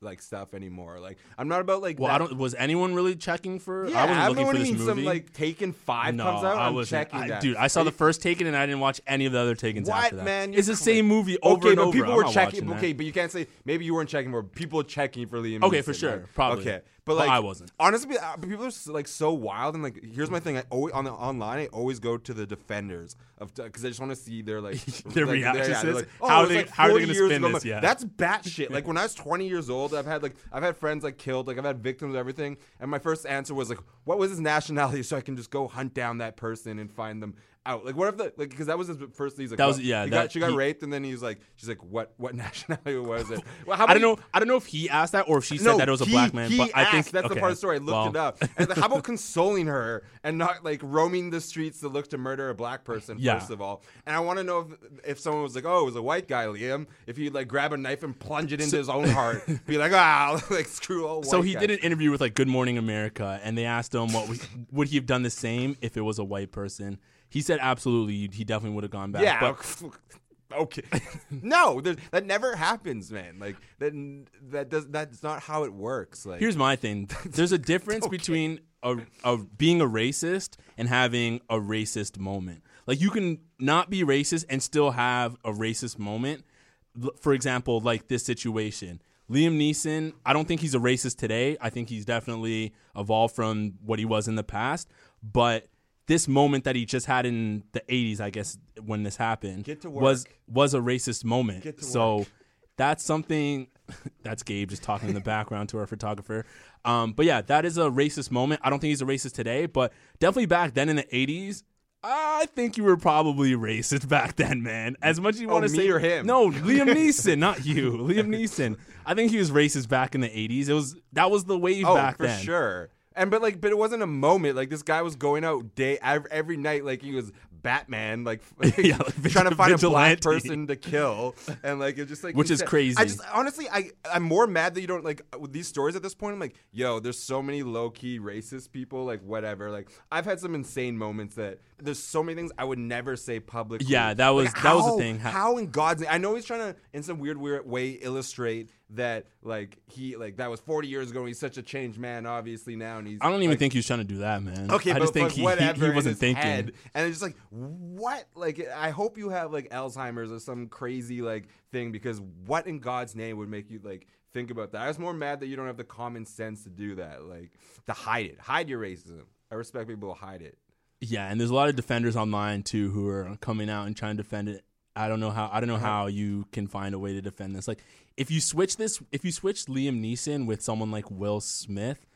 like stuff anymore. Like, I'm not about like.
well,
that-
I don't. Was anyone really checking for?
Yeah,
I wasn't looking
know
for
what
this
you mean.
movie.
Some like Taken Five
no,
comes out.
I
I'm
wasn't.
checking
I-
that,
dude. I saw
Are
the
you-
first Taken, and I didn't watch any of the other Takens
What
after that.
man? You're
It's the
crazy.
same movie over
okay,
and
but
over.
people
I'm
were
not watching
checking.
that.
Okay, but you can't say maybe you weren't checking for people checking for Liam.
Okay,
Neeson,
for sure,
right?
probably.
Okay, but
But
like
I wasn't.
Honestly, uh, but people are s- like so wild and like here's my thing. I always on the online. I always go to the defenders of because I just want to see their
[LAUGHS]
like
Their
like,
reactions
yeah,
to
they're
this?
Like, oh,
How
it
are
was,
they-
like,
how are they
40
gonna
years
spin
ago. I'm
this?
like,
Yeah.
that's batshit. Like when I was 20 years old, I've had like I've had friends like killed. Like I've had victims of everything. And my first answer was like, what was his nationality? So I can just go hunt down that person and find them out. Like what if the like because that was his first. He's like
That was-
what-
yeah,
he
that-
got, she got
he-
raped, and then he's like, she's like, what what [LAUGHS] nationality was
[LAUGHS]
it? Well, how
I don't
about-
know. I don't know if he asked that or if she said
no,
that it was a
he-
black man.
he
but I think
asked. that's the
okay,
part of the story. I looked
well,
it up. And how
[LAUGHS]
about consoling her and not like roaming the streets to look to murder a black person
Yeah.
first of all? And I want to know if if someone was like, "Oh, it was a white guy, Liam," if he'd like grab a knife and plunge it into his own
[LAUGHS]
heart, be like, "Ah, [LAUGHS] like screw all." White
So he
guys."
did an interview with like Good Morning America, and they asked him what was, would he have done the same if it was a white person. He said absolutely. He definitely would have gone back.
Yeah.
but
[LAUGHS] okay.
[LAUGHS]
no, there- that never happens, man. Like that that does that's not how it works. Like
here's my thing. [LAUGHS] There's a difference between a, a being a racist and having a racist moment. Like you can not be racist and still have a racist moment. L- For example, like this situation. Liam Neeson, I don't think he's a racist today. I think he's definitely evolved from what he was in the past, but this moment that he just had in the 80s, I guess when this happened,
Get to
was
work.
was a racist moment.
Get to
so
work.
that's something [LAUGHS] that's Gabe just talking in the background to our photographer. Um, but yeah, that is a racist moment. I don't think he's a racist today, but definitely back then in the eighties. I think you were probably racist [LAUGHS] back then, man. As much as you want to
Oh, me
say
or him? [LAUGHS]
No, Liam Neeson, not you. Liam Neeson. I think he was racist back in the '80s. It was that was the wave
Oh,
back
for
then.
sure. And but like, but it wasn't a moment. Like this guy was going out day ev- every night, like he was Batman, like, [LAUGHS] like,
[LAUGHS] Yeah, like
trying to find a
vigilante.
black person to kill, and like it's just like
Which is
instead-
crazy.
I just honestly, I I'm more mad that you don't like with these stories at this point. I'm like, yo, there's so many low key racist people, like whatever. Like I've had some insane moments that there's so many things I would never say publicly.
Yeah, that was-
Like,
that was the
how-
thing.
How how in God's name? I know he's trying to, in some weird, weird way, illustrate that like he like that was 40 years ago. and He's such a changed man, obviously now, and he's.
I don't even
like,
think he was trying to do that, man.
Okay,
I
but,
just think
but
he- he-
whatever
he,
in
wasn't
his
thinking.
head. and it's just like what? Like I hope you have like Alzheimer's or some crazy like thing because what in God's name would make you like think about that? I was more mad that you don't have the common sense to do that, like to hide it, hide your racism. I respect people who hide it.
Yeah, and there's a lot of defenders online too who are coming out and trying to defend it. I don't know how I don't know how you can find a way to defend this. Like if you switch this if you switch Liam Neeson with someone like Will Smith,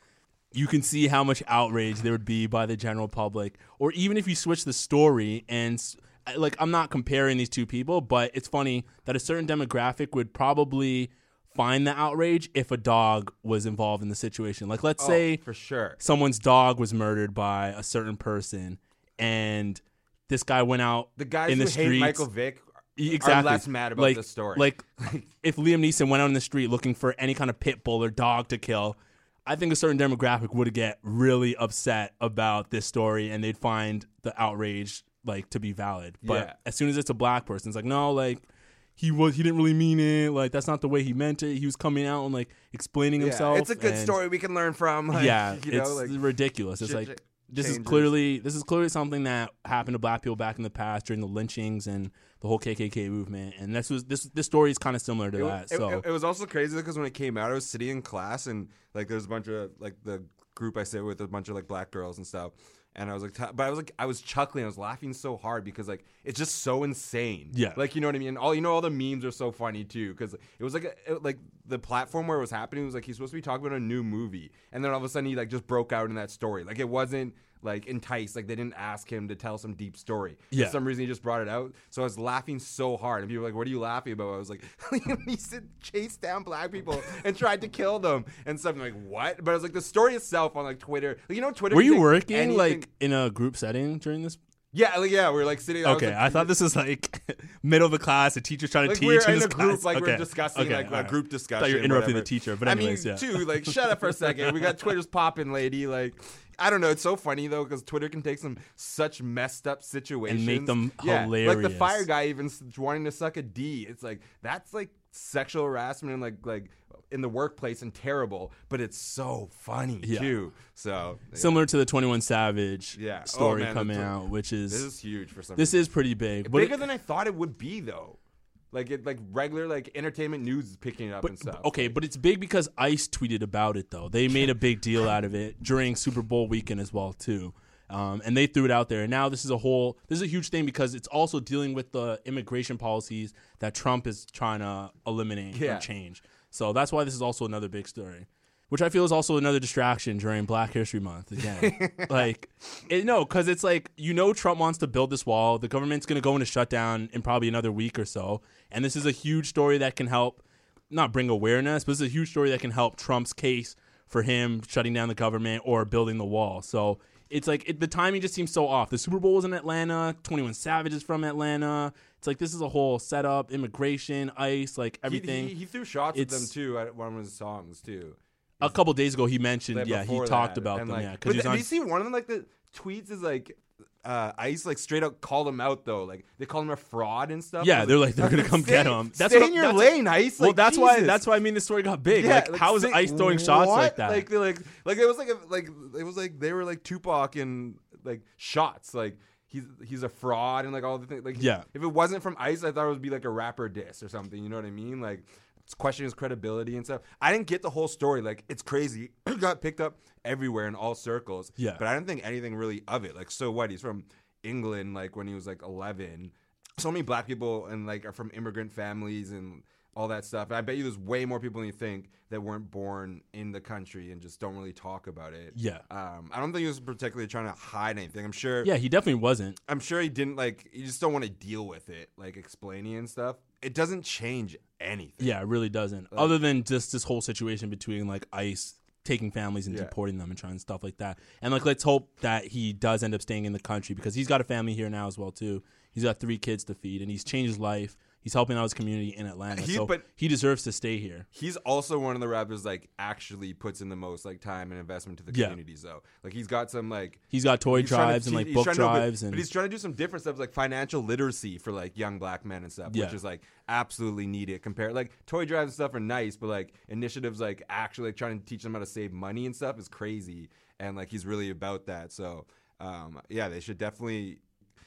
you can see how much outrage there would be by the general public or even if you switch the story and s- like I'm not comparing these two people, but it's funny that a certain demographic would probably find the outrage if a dog was involved in the situation. Like,
Oh.
let's say
for sure.
someone's dog was murdered by a certain person, and this guy went out
The guys
in the
who
streets. E,
hate Michael Vick
exactly.
are less mad about
like,
the story. [LAUGHS]
Like, if Liam Neeson went out in the street looking for any kind of pit bull or dog to kill, I think a certain demographic would get really upset about this story, and they'd find the outrage like to be valid. But
Yeah.
as soon as it's a black person, it's like no, like. He was. He didn't really mean it. Like that's not the way he meant it. He was coming out and like explaining
yeah,
himself.
it's a good
and-
story we can learn from. Like,
yeah,
[LAUGHS] you know,
it's
like
ridiculous. It's
shit
like
ch-
this is
changes.
clearly this is clearly something that happened to black people back in the past during the lynchings and the whole KKK movement. And this was this this story is kind of similar to
It wa-
that.
it-
so
it, it was also crazy because when it came out, I was sitting in class and like there's a bunch of like the group I sit with a bunch of like black girls and stuff. And I was like, t- but I was like, I was chuckling, I was laughing so hard because like it's just so insane.
Yeah.
like you know what I mean. All you know, all the memes are so funny too because it was like a, it- like the platform where it was happening was like he's supposed to be talking about a new movie, and then all of a sudden he like just broke out in that story. Like it wasn't like enticed, like they didn't ask him to tell some deep story.
Yeah.
For some reason he just brought it out. So I was laughing so hard. And people were like, What are you laughing about? I was like, [LAUGHS] Liam Neeson chased down black people and tried to kill them and stuff. I'm like, what? But I was like, the story itself on like Twitter. Like, you know, Twitter.
were
can
you
take
working
anything-
like in a group setting during this?
Yeah, like, yeah, we were like sitting I was,
Okay,
like,
I thought this was like [LAUGHS] middle of the class. A teacher's trying to
like
teach.
we were
and
in
this
a group,
class-
like we
okay,
are discussing
okay,
like
all
a
right.
group discussion.
Thought you were interrupting
whatever.
the teacher, but
I
anyways,
mean,
yeah.
too, like shut
[LAUGHS]
up for a second. We got Twitter's popping, lady. Like I don't know, it's so funny though because Twitter can take some such messed up situations
them
yeah, Like the
hilarious.
fire guy even s- wanting to suck a D. It's like that's like sexual harassment and like like in the workplace and terrible, but it's so funny too. So
Similar to the Twenty One Savage
Yeah. Oh,
story
man,
coming
that's-
out, which is
this is huge for some.
this
reason.
is pretty big. But
bigger than I thought it would be though. Like it, like regular like entertainment news is picking it up and stuff.
Okay, but it's big because Ice tweeted about it though. They made a big deal out of it during Super Bowl weekend as well too, um, and they threw it out there. And now this is a whole this is a huge thing because it's also dealing with the immigration policies that Trump is trying to eliminate
Yeah.
or change. So that's why this is also another big story. Which I feel is also another distraction during Black History
[LAUGHS]
Month again. like, it, no, because it's like you know Trump wants to build this wall. The government's going to go into shutdown in probably another week or so, and this is a huge story that can help not bring awareness, but this is a huge story that can help Trump's case for him shutting down the government or building the wall. So it's like it, the timing just seems so off. The Super Bowl was in Atlanta. Twenty One Savage is from Atlanta. It's like this is a whole setup, immigration, ICE, like
He-
everything.
He, he threw shots at them
It's-
too at one of his songs too.
a couple days ago, he mentioned,
Like,
yeah, he
before
talked
that.
about
And,
them,
like-
yeah,
But
because he's
th-
on.
did you see one of them like the tweets is like uh, Ice like straight up called him out though. Like they called him a fraud and stuff. I
yeah,
was
they're like they're gonna
"Fucking
come get
stay-
him. That's
stay
what
in your
that's-
lane, Ice.
Well,
Like,
that's why
Jesus.
that's why I mean the story got big.
Yeah,
like, how is
say-
Ice throwing shots like
what?
that?
Like, they're like, like it was like, a, like it was like they were like Tupac and like shots. Like he's he's a fraud and like all the things. Like,
Yeah.
if it wasn't from Ice, I thought it would be like a rapper diss or something. You know what I mean? Like, it's questioning his credibility and stuff. I didn't get the whole story. Like, it's crazy. [CLEARS THROAT] It got picked up everywhere in all circles.
Yeah.
but I didn't think anything really of it. Like, so what? He's from England. Like when he was like eleven. So many black people and like are from immigrant families and all that stuff. And I bet you there's way more people than you think that weren't born in the country and just don't really talk about it.
Yeah.
Um, I don't think he was particularly trying to hide anything. I'm sure.
yeah, he definitely wasn't.
I'm sure he didn't like. You just don't want to deal with it, like explaining and stuff. It doesn't change anything.
Yeah, it really doesn't. Other than just this whole situation between like ICE taking families and
Yeah.
deporting them and trying stuff like that. And like let's hope that he does end up staying in the country because he's got a family here now as well too. He's got three kids to feed and he's changed his life. He's helping out his community in Atlanta.
He-
so
but-
he deserves to stay here.
He's also one of the rappers like actually puts in the most like time and investment to the
Yeah.
communities though. Like he's got some like
He's got toy
He's trying to
drives and
te-
like
he's
book
trying to- but-
drives
but,
and
he's trying to do some different stuff like financial literacy for like young black men and stuff,
Yeah.
which is like absolutely needed. Compared like toy drives and stuff are nice, but like initiatives like actually like, trying to teach them how to save money and stuff is crazy, and like he's really about that. So um, yeah, they should definitely.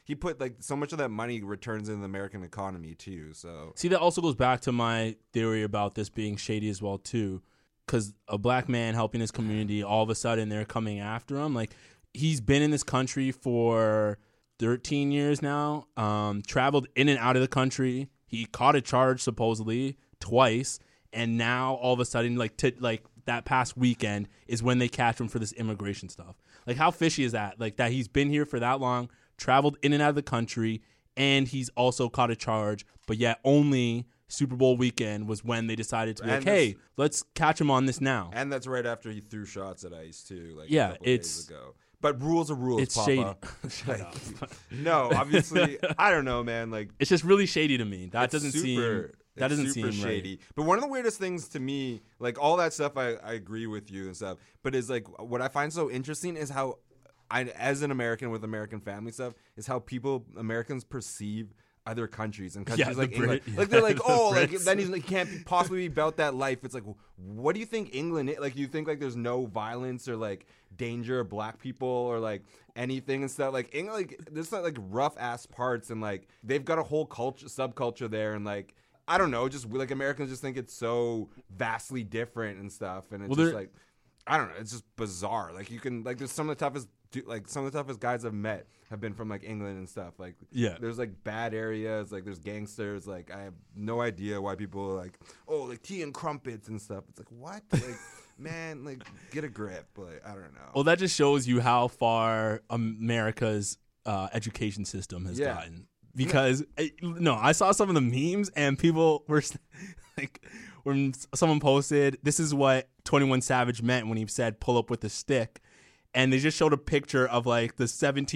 He put like so much of that money returns in the American economy too. So
See, that also goes back to my theory about this being shady as well, too. Because a black man helping his community, all of a sudden they're coming after him. Like he's been in this country for 13 years now. Um, traveled in and out of the country. He caught a charge supposedly twice, and now all of a sudden, like t- like that past weekend is when they catch him for this immigration stuff. Like how fishy is that? Like that he's been here for that long, traveled in and out of the country, and he's also caught a charge. But yet, only Super Bowl weekend was when they decided to be like,
And this-
hey, let's catch him on this now.
And that's right after he threw shots at Ice too, like
Yeah,
a couple days
it's-
ago. But rules are rules,
It's
Papa.
[LAUGHS]
Like, [LAUGHS] no, obviously, I don't know, man. Like
It's just really shady to me. That
it's
doesn't
super-
seem. That
it's
doesn't
super
seem
shady.
Right.
But one of the weirdest things to me, like all that stuff, I, I agree with you and stuff. But is like what I find so interesting is how, I as an American with American family stuff, is how people Americans perceive other countries and countries
the
like England.
Brit-
Like they're
[LAUGHS] yeah,
like,
the
oh, like
Brits.
then he's, he can't be- possibly be about that life. It's like, what do you think England? Is? Like you think like there's no violence or like danger of black people or like anything and stuff. Like England, like, there's not like rough ass parts and like they've got a whole culture subculture there and like. I don't know, just like Americans just think it's so vastly different and stuff, and it's
Well,
just
there-
like I don't know, it's just bizarre. Like you can like there's some of the toughest du- like some of the toughest guys I've met have been from like England and stuff. Like
Yeah.
there's like bad areas, like there's gangsters. Like I have no idea why people are like, oh, like tea and crumpets and stuff. It's like what,
[LAUGHS]
like man, like get a grip. Like I don't know.
Well, that just shows you how far America's uh, education system has
Yeah.
gotten. Because I- no, I saw some of the memes and people were s- [LAUGHS] like, when s- someone posted, "This is what Twenty One Savage meant when he said pull up with a stick." And they just showed a picture of like the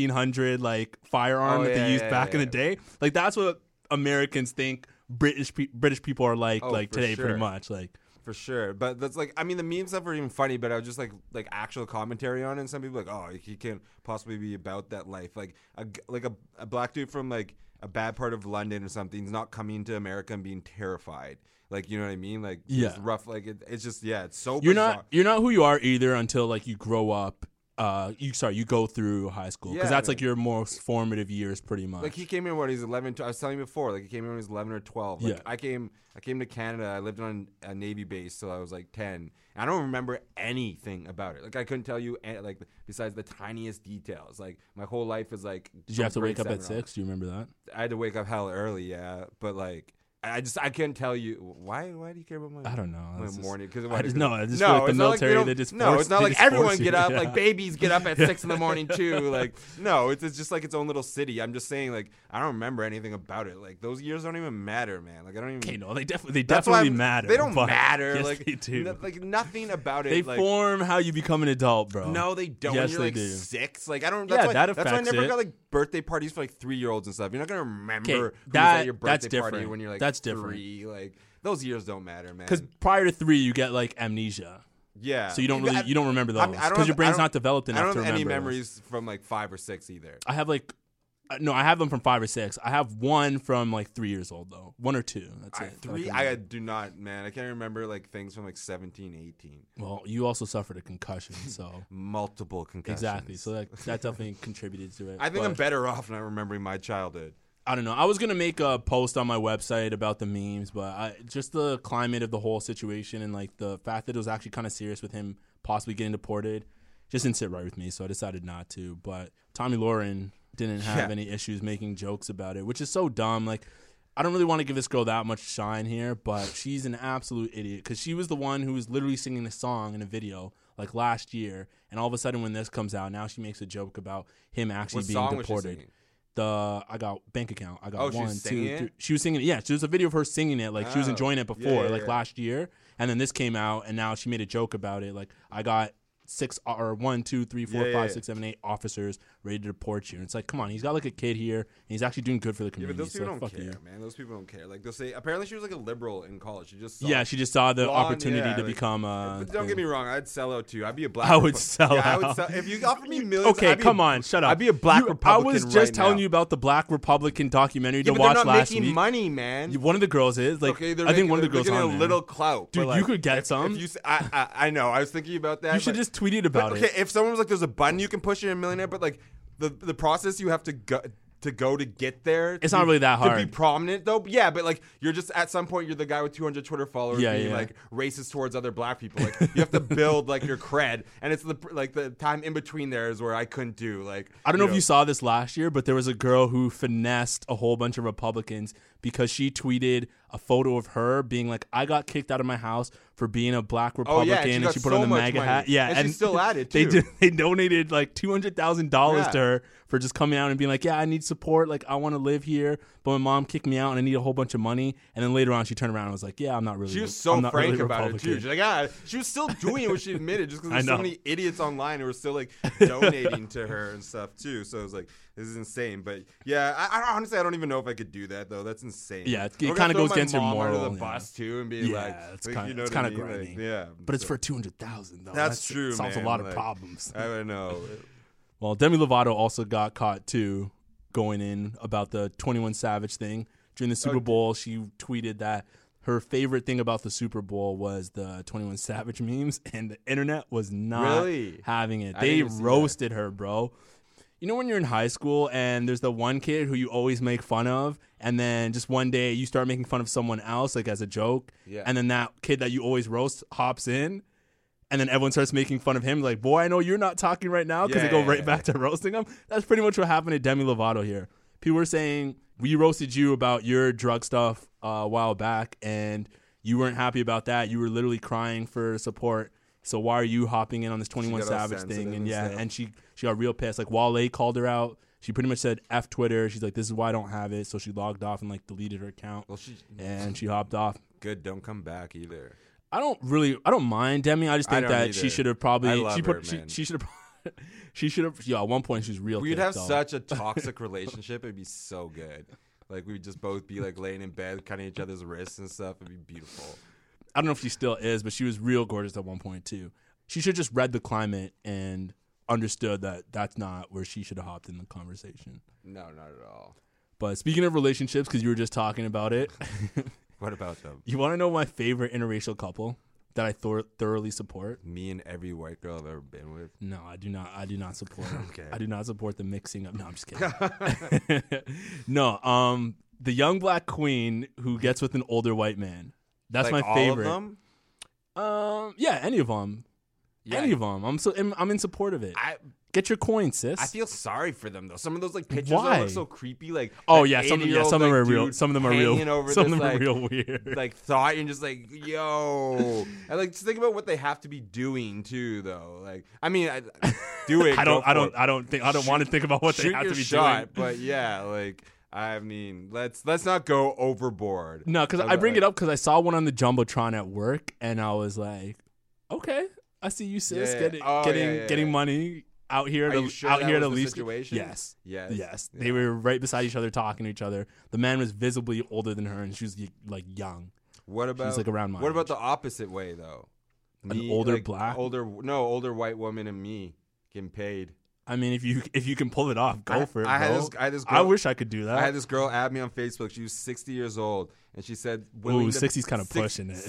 1700 like firearm
Oh,
that
yeah,
they used
yeah,
back in
yeah.
the day. Like that's what Americans think British pe- British people are like
Oh,
like
for
today
sure.
pretty much like
for sure. But that's like, I mean, the meme stuff were even funny, but I was just like, like actual commentary on it. And some people like, oh, he can't possibly be about that life. Like a g- like a, a black dude from like a bad part of London or something is not coming to America and being terrified. Like you know what I mean? Like
Yeah.
it's rough. Like it, it's just yeah, it's so
you're
bizarre.
not you're not who you are either until like you grow up uh you sorry you go through high school
Yeah,
because that's
man.
like your most formative years pretty much
Like he came in when he was eleven. To, I was telling you before. Like he came in when he was eleven or twelve. Like
Yeah.
I came. I came to Canada. I lived on a navy base till I was like ten. And I don't remember anything about it. Like I couldn't tell you any, like besides the tiniest details. Like my whole life is like.
did you have to
from
wake
grade
up at
seven on.
six do you remember that
I had to wake up hell early. Yeah, but like. I I just I can't tell you why why do you care about my
I don't know.
my
It's just-
morning because
Oh, I just- no, I just feel like the military, they just
no
force-
it's not
they
like
just force
everyone
you.
get up like
[LAUGHS] Yeah.
babies get up at six in the morning too.
[LAUGHS]
Like, no, it's, it's just like its own little city. I'm just saying, like, I don't remember anything about it. Like, those years don't even matter, man. Like, I don't even.
okay no they definitely they
That's why
definitely
I'm-
matter
They don't
but-
matter.
[LAUGHS] yes,
like,
they do
no- like nothing about it.
they
like,
form how you become an adult bro
No, they don't.
yes
You're
they
like
do
six. Like, I don't. That's
Yeah,
why,
that
That's why I
affects
never
it.
got like birthday parties for like three year olds and stuff. You're not gonna remember who's
that-
at your
that's
birthday party
different.
when you're like
That's different.
three. Like, those years don't matter, man.
because prior to three you get like amnesia
Yeah.
So you don't really- you don't remember
I mean,
those,
I don't
'cause your
have- I
brain's
don't-
not developed
I
enough
don't
to
have any
remember
memories from like five or six either.
i have like uh, no i have them from five or six i have one from like three years old though one or two that's
I,
it
three, I do not, man. I can't remember like things from like 17, 18.
well you also suffered a concussion
[LAUGHS]
so
Multiple concussions.
Exactly. So that that definitely contributed to it.
I think I'm
But
better off not remembering my childhood.
I don't know. I was gonna make a post on my website about the memes, but I, just the climate of the whole situation and like the fact that it was actually kind of serious with him possibly getting deported just didn't sit right with me. So I decided not to. But Tommy Lauren didn't have
Yeah.
any issues making jokes about it, which is so dumb. Like. I don't really want to give this girl that much shine here, but she's an absolute idiot because she was the one who was literally singing a song in a video like last year, and all of a sudden when this comes out, now she makes a joke about him actually
What
being
song was she
deported
singing?
the I got bank account. I got
Oh, she
one, two, three.
was singing it?
She was singing it. Yeah, there was a video of her singing it. Like she was
Oh,
enjoying it
yeah,
before,
yeah,
like
yeah.
last year, and then this came out, and now she made a joke about it. Like I got six or one, two, three, four,
Yeah, yeah,
five,
yeah.
six, seven, eight officers ready to deport you. And it's like, come on, he's got like a kid here, and he's actually doing good for the
Yeah, but
community.
those
so
people don't
fuck
care,
you.
man. Those people don't care. Like they'll say. Apparently, she was like a liberal in college. She just saw
Yeah, she just saw the
blonde,
opportunity
yeah,
to
like-
become. Uh,
But don't get me wrong. I'd sell out too. I'd be a black.
[LAUGHS] I would
Repu-
sell
yeah, I would
out.
sell. If you offered
[LAUGHS]
me millions,
Okay,
I'd be a-
come on, shut up.
I'd be a black
You-
Republican.
I was just
right
telling
now.
you about the black Republican documentary
Yeah,
to
but
watch
they're not
last
making
week.
money, man.
One of the girls is like,
okay,
I
they're
think
making-
one of the
they're
girls
getting
on
a
there.
little clout.
Dude,
but,
you
like,
could get
if-
some.
If you, s- I, I, I know. I was thinking about that.
You should
but-
just tweet it
but
about
okay,
it.
if someone was like, "There's a button you can push in a millionaire," but like the the process you have to go to go to get there. to
It's not
be-
really that
to be
hard.
prominent though. Yeah, but like you're just at some point you're the guy with 200 Twitter followers
Yeah,
being
yeah.
like racist towards other black people. Like you
[LAUGHS]
have to build like your cred, and it's the pr- like the time in between there is where I couldn't do like.
I don't know if you saw this last year, but there was a girl who finessed a whole bunch of Republicans because she tweeted a photo of her being like, "I got kicked out of my house for being a black
Oh,
Republican,"
yeah, and she
and
got
she put
so
on the
much
MAGA
money.
hat. Yeah,
And she's still at it,
[LAUGHS] They
too.
do- they donated like two hundred thousand dollars
Yeah.
to her for just coming out and being like, "Yeah, I need support. Like, I want to live here, but my mom kicked me out, and I need a whole bunch of money." And then later on, she turned around and was like, "Yeah, I'm not really."
She was
I'm
so
not
frank
really
about it too.
Republican."
She's like, ah, she was still doing it when she admitted, just because
[LAUGHS] I
there's so
know.
many idiots online who were still
[LAUGHS]
like donating to her and stuff too. So it was like, this is insane. But yeah, I, I honestly I don't even know if I could do that though. That's insane.
Yeah, it-
I'm
it
gonna
kinda
throw
goes
my
against your
mom under
moral,
the
yeah.
bus too and be
Yeah,
like,
it's
like,
kinda-
you know
it's
what I
kinda
mean? Like,
grimy.
yeah,
But it's
so-
for two hundred thousand though.
that's true.
It solves
man.
a lot of
Like,
problems.
I don't
[LAUGHS]
know.
Well, Demi Lovato also got caught too, going in about the Twenty One Savage thing during the Super Bowl. She tweeted that her favorite thing about the Super Bowl was the Twenty One Savage [LAUGHS] memes, and the internet was not
Really?
having it.
I
They
didn't see that.
roasted her, bro. You know when you're in high school and there's the one kid who you always make fun of, and then just one day you start making fun of someone else, like as a joke,
Yeah.
and then that kid that you always roast hops in, and then everyone starts making fun of him, like, "Boy, I know you're not talking right now," because they go
Yeah.
right back to roasting him. That's pretty much what happened to Demi Lovato here. People were saying we roasted you about your drug stuff uh, a while back, and you weren't happy about that. You were literally crying for support. So why are you hopping in on this Twenty One
got all
Savage thing?
sensitive
And
and
yeah,
stuff.
and she she got real pissed. Like Wale called her out. She pretty much said "f Twitter." She's like, "This is why I don't have it." So she logged off and like deleted her account,
Well, she
and she hopped off.
good. Don't come back either.
I don't really. I don't mind Demi. I just
I
think
don't
that she
either.
should have probably.
I love
she,
her,
she
man.
she should have. [LAUGHS] she should have. Yeah, at one point she was real.
We'd
thick,
have
though.
such a
[LAUGHS]
toxic relationship. It'd be so good. Like we would just both be like laying in bed, cutting each other's wrists and stuff. It'd be beautiful.
I don't know if she still is, but she was real gorgeous at one point too. She should have just read the climate and understood that that's not where she should have hopped in the conversation.
No, not at all.
But speaking of relationships, because you were just talking about it, [LAUGHS]
What about them?
you want to know my favorite interracial couple that I thor- thoroughly support?
Me and every white girl I've ever been with.
No, I do not. I do
[LAUGHS]
not support.
Okay.
I do not support the mixing up. No, I'm just kidding.
[LAUGHS]
[LAUGHS] no, um, the young black queen who gets with an older white man. That's
like
my
all
favorite.
Of them?
Um, yeah, any of them.
Yeah.
Any of them. I'm so I'm, I'm in support of it.
I
Get your coin, sis.
I feel sorry for them though. Some of those like pictures
Why?
Why? look so creepy. Like
oh
that
yeah, some of them, yeah,
80-year-old,
some of them are
like,
real.
dude
Some of them are real.
hanging Over
[LAUGHS] some
this,
of them are
like,
real weird.
[LAUGHS] Like thought and just like yo, and like just think about what they have to be doing too though. Like I mean, I,
[LAUGHS]
do it.
I
go
don't. I
for
don't.
it.
I don't think. I don't want to think about what they
Shoot
have
your
to be
shot,
doing.
But yeah, like I mean, let's let's not go overboard.
No, because
How's
I
that,
bring
like-
it up because I saw one on the jumbotron at work, and I was like, okay, I see you, sis,
Yeah.
getting
Oh, yeah,
getting
yeah,
getting
yeah.
money out here,
Are
to,
you sure
out
that
here
was
to
the
least
situation?
Yes.
Yes.
Yes, they were right beside each other talking to each other. The man was visibly older than her, and she was y- like young.
What about
like, around my
What about
age.
the opposite way though?
An older black-
older no older white woman and me getting paid.
I mean, if you if you can pull it off, go
I-
for it.
I had
bro.
this- I had this
I
girl-
wish I could do that.
I had this girl add me on Facebook. She was 60 years old, and she said, willing to-
60's kinda
six-
pushing it.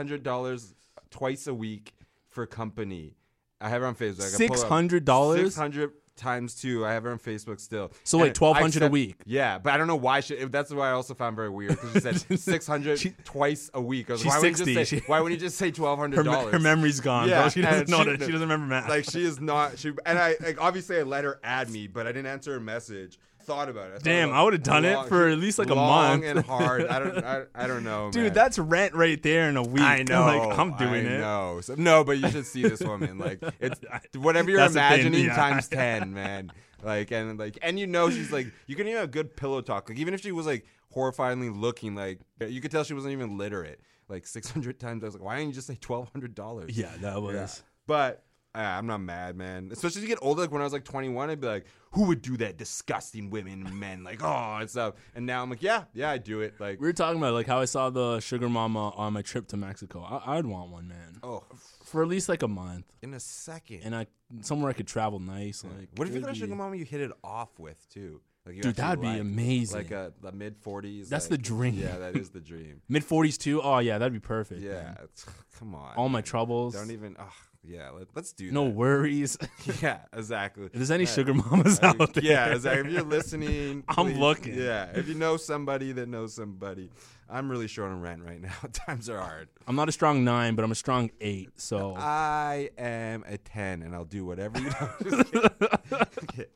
$600 twice a week for company. I have her on Facebook. I can pull up.
$600?
600 times two. I have her on Facebook still.
So, wait,
And I
1200 a
accept-
week.
Yeah, but I don't know why she. if- That's why I also found very weird because she
[LAUGHS]
said 600
She-
twice a week. I was
She's
like, why wouldn't you
60.
just say?
She-
Why wouldn't you just say
her,
$1,200?
me- her memory's gone, bro. She doesn't
and
know that. She doesn't remember math.
Like she is not. She and I like obviously I let her add me, but I didn't answer her message. Thought about it. thought
Damn,
about
I would've done it for at least, like, a
long
month.
and hard. I don't.
[LAUGHS]
I, I don't know,
Dude,
man.
that's rent right there in a week.
I know.
[LAUGHS] Like, I'm doing
I
it.
Know. So, no, but you should see this
[LAUGHS]
woman. Like it's whatever you're
That's the thing,
imagining
yeah. [LAUGHS]
times ten, man. Like and like and you know she's like you can even have good pillow talk. Like even if she was like horrifyingly looking, like you could tell she wasn't even literate. Like six hundred times, I was like, why didn't you just say twelve hundred dollars?
Yeah, that was.
But uh, I'm not mad, man. Especially as you get older, like when I was like 21, I'd be like, who would do that? Disgusting women and men, like, oh, it's up. And now I'm like, yeah, yeah, I do it. Like,
We were talking about like how I saw the sugar mama on my trip to Mexico. I- I'd want one, man,
oh,
for at least like a month,
in a second.
and I somewhere I could travel nice. Like,
what if you
it'd
got a
be-
sugar mama you hit it off with, too? Like, you
Dude, that'd
actually
be
like-
amazing.
Like a, the mid 40s.
That's
like-
the dream.
Yeah, that is the
[LAUGHS]
dream.
Mid forties too. Oh yeah, that'd be perfect.
yeah.
man.
it's- [SIGHS] Come on.
all my
man.
troubles.
Don't even, ugh, yeah, let, us do
no
that.
worries. [LAUGHS]
[LAUGHS]
if
Yeah, exactly.
there's any
That-
sugar mamas
Like,
[LAUGHS] out there,
Yeah, it's like, if you're listening,
I'm
please-
looking.
Yeah, if you know somebody that knows somebody, I'm really short on rent right now. [LAUGHS] Times are hard.
I'm not a strong nine, but I'm a strong eight.
[LAUGHS]
So
Ah. I [LAUGHS]
[LAUGHS]
am a ten, and I'll do whatever you. Know.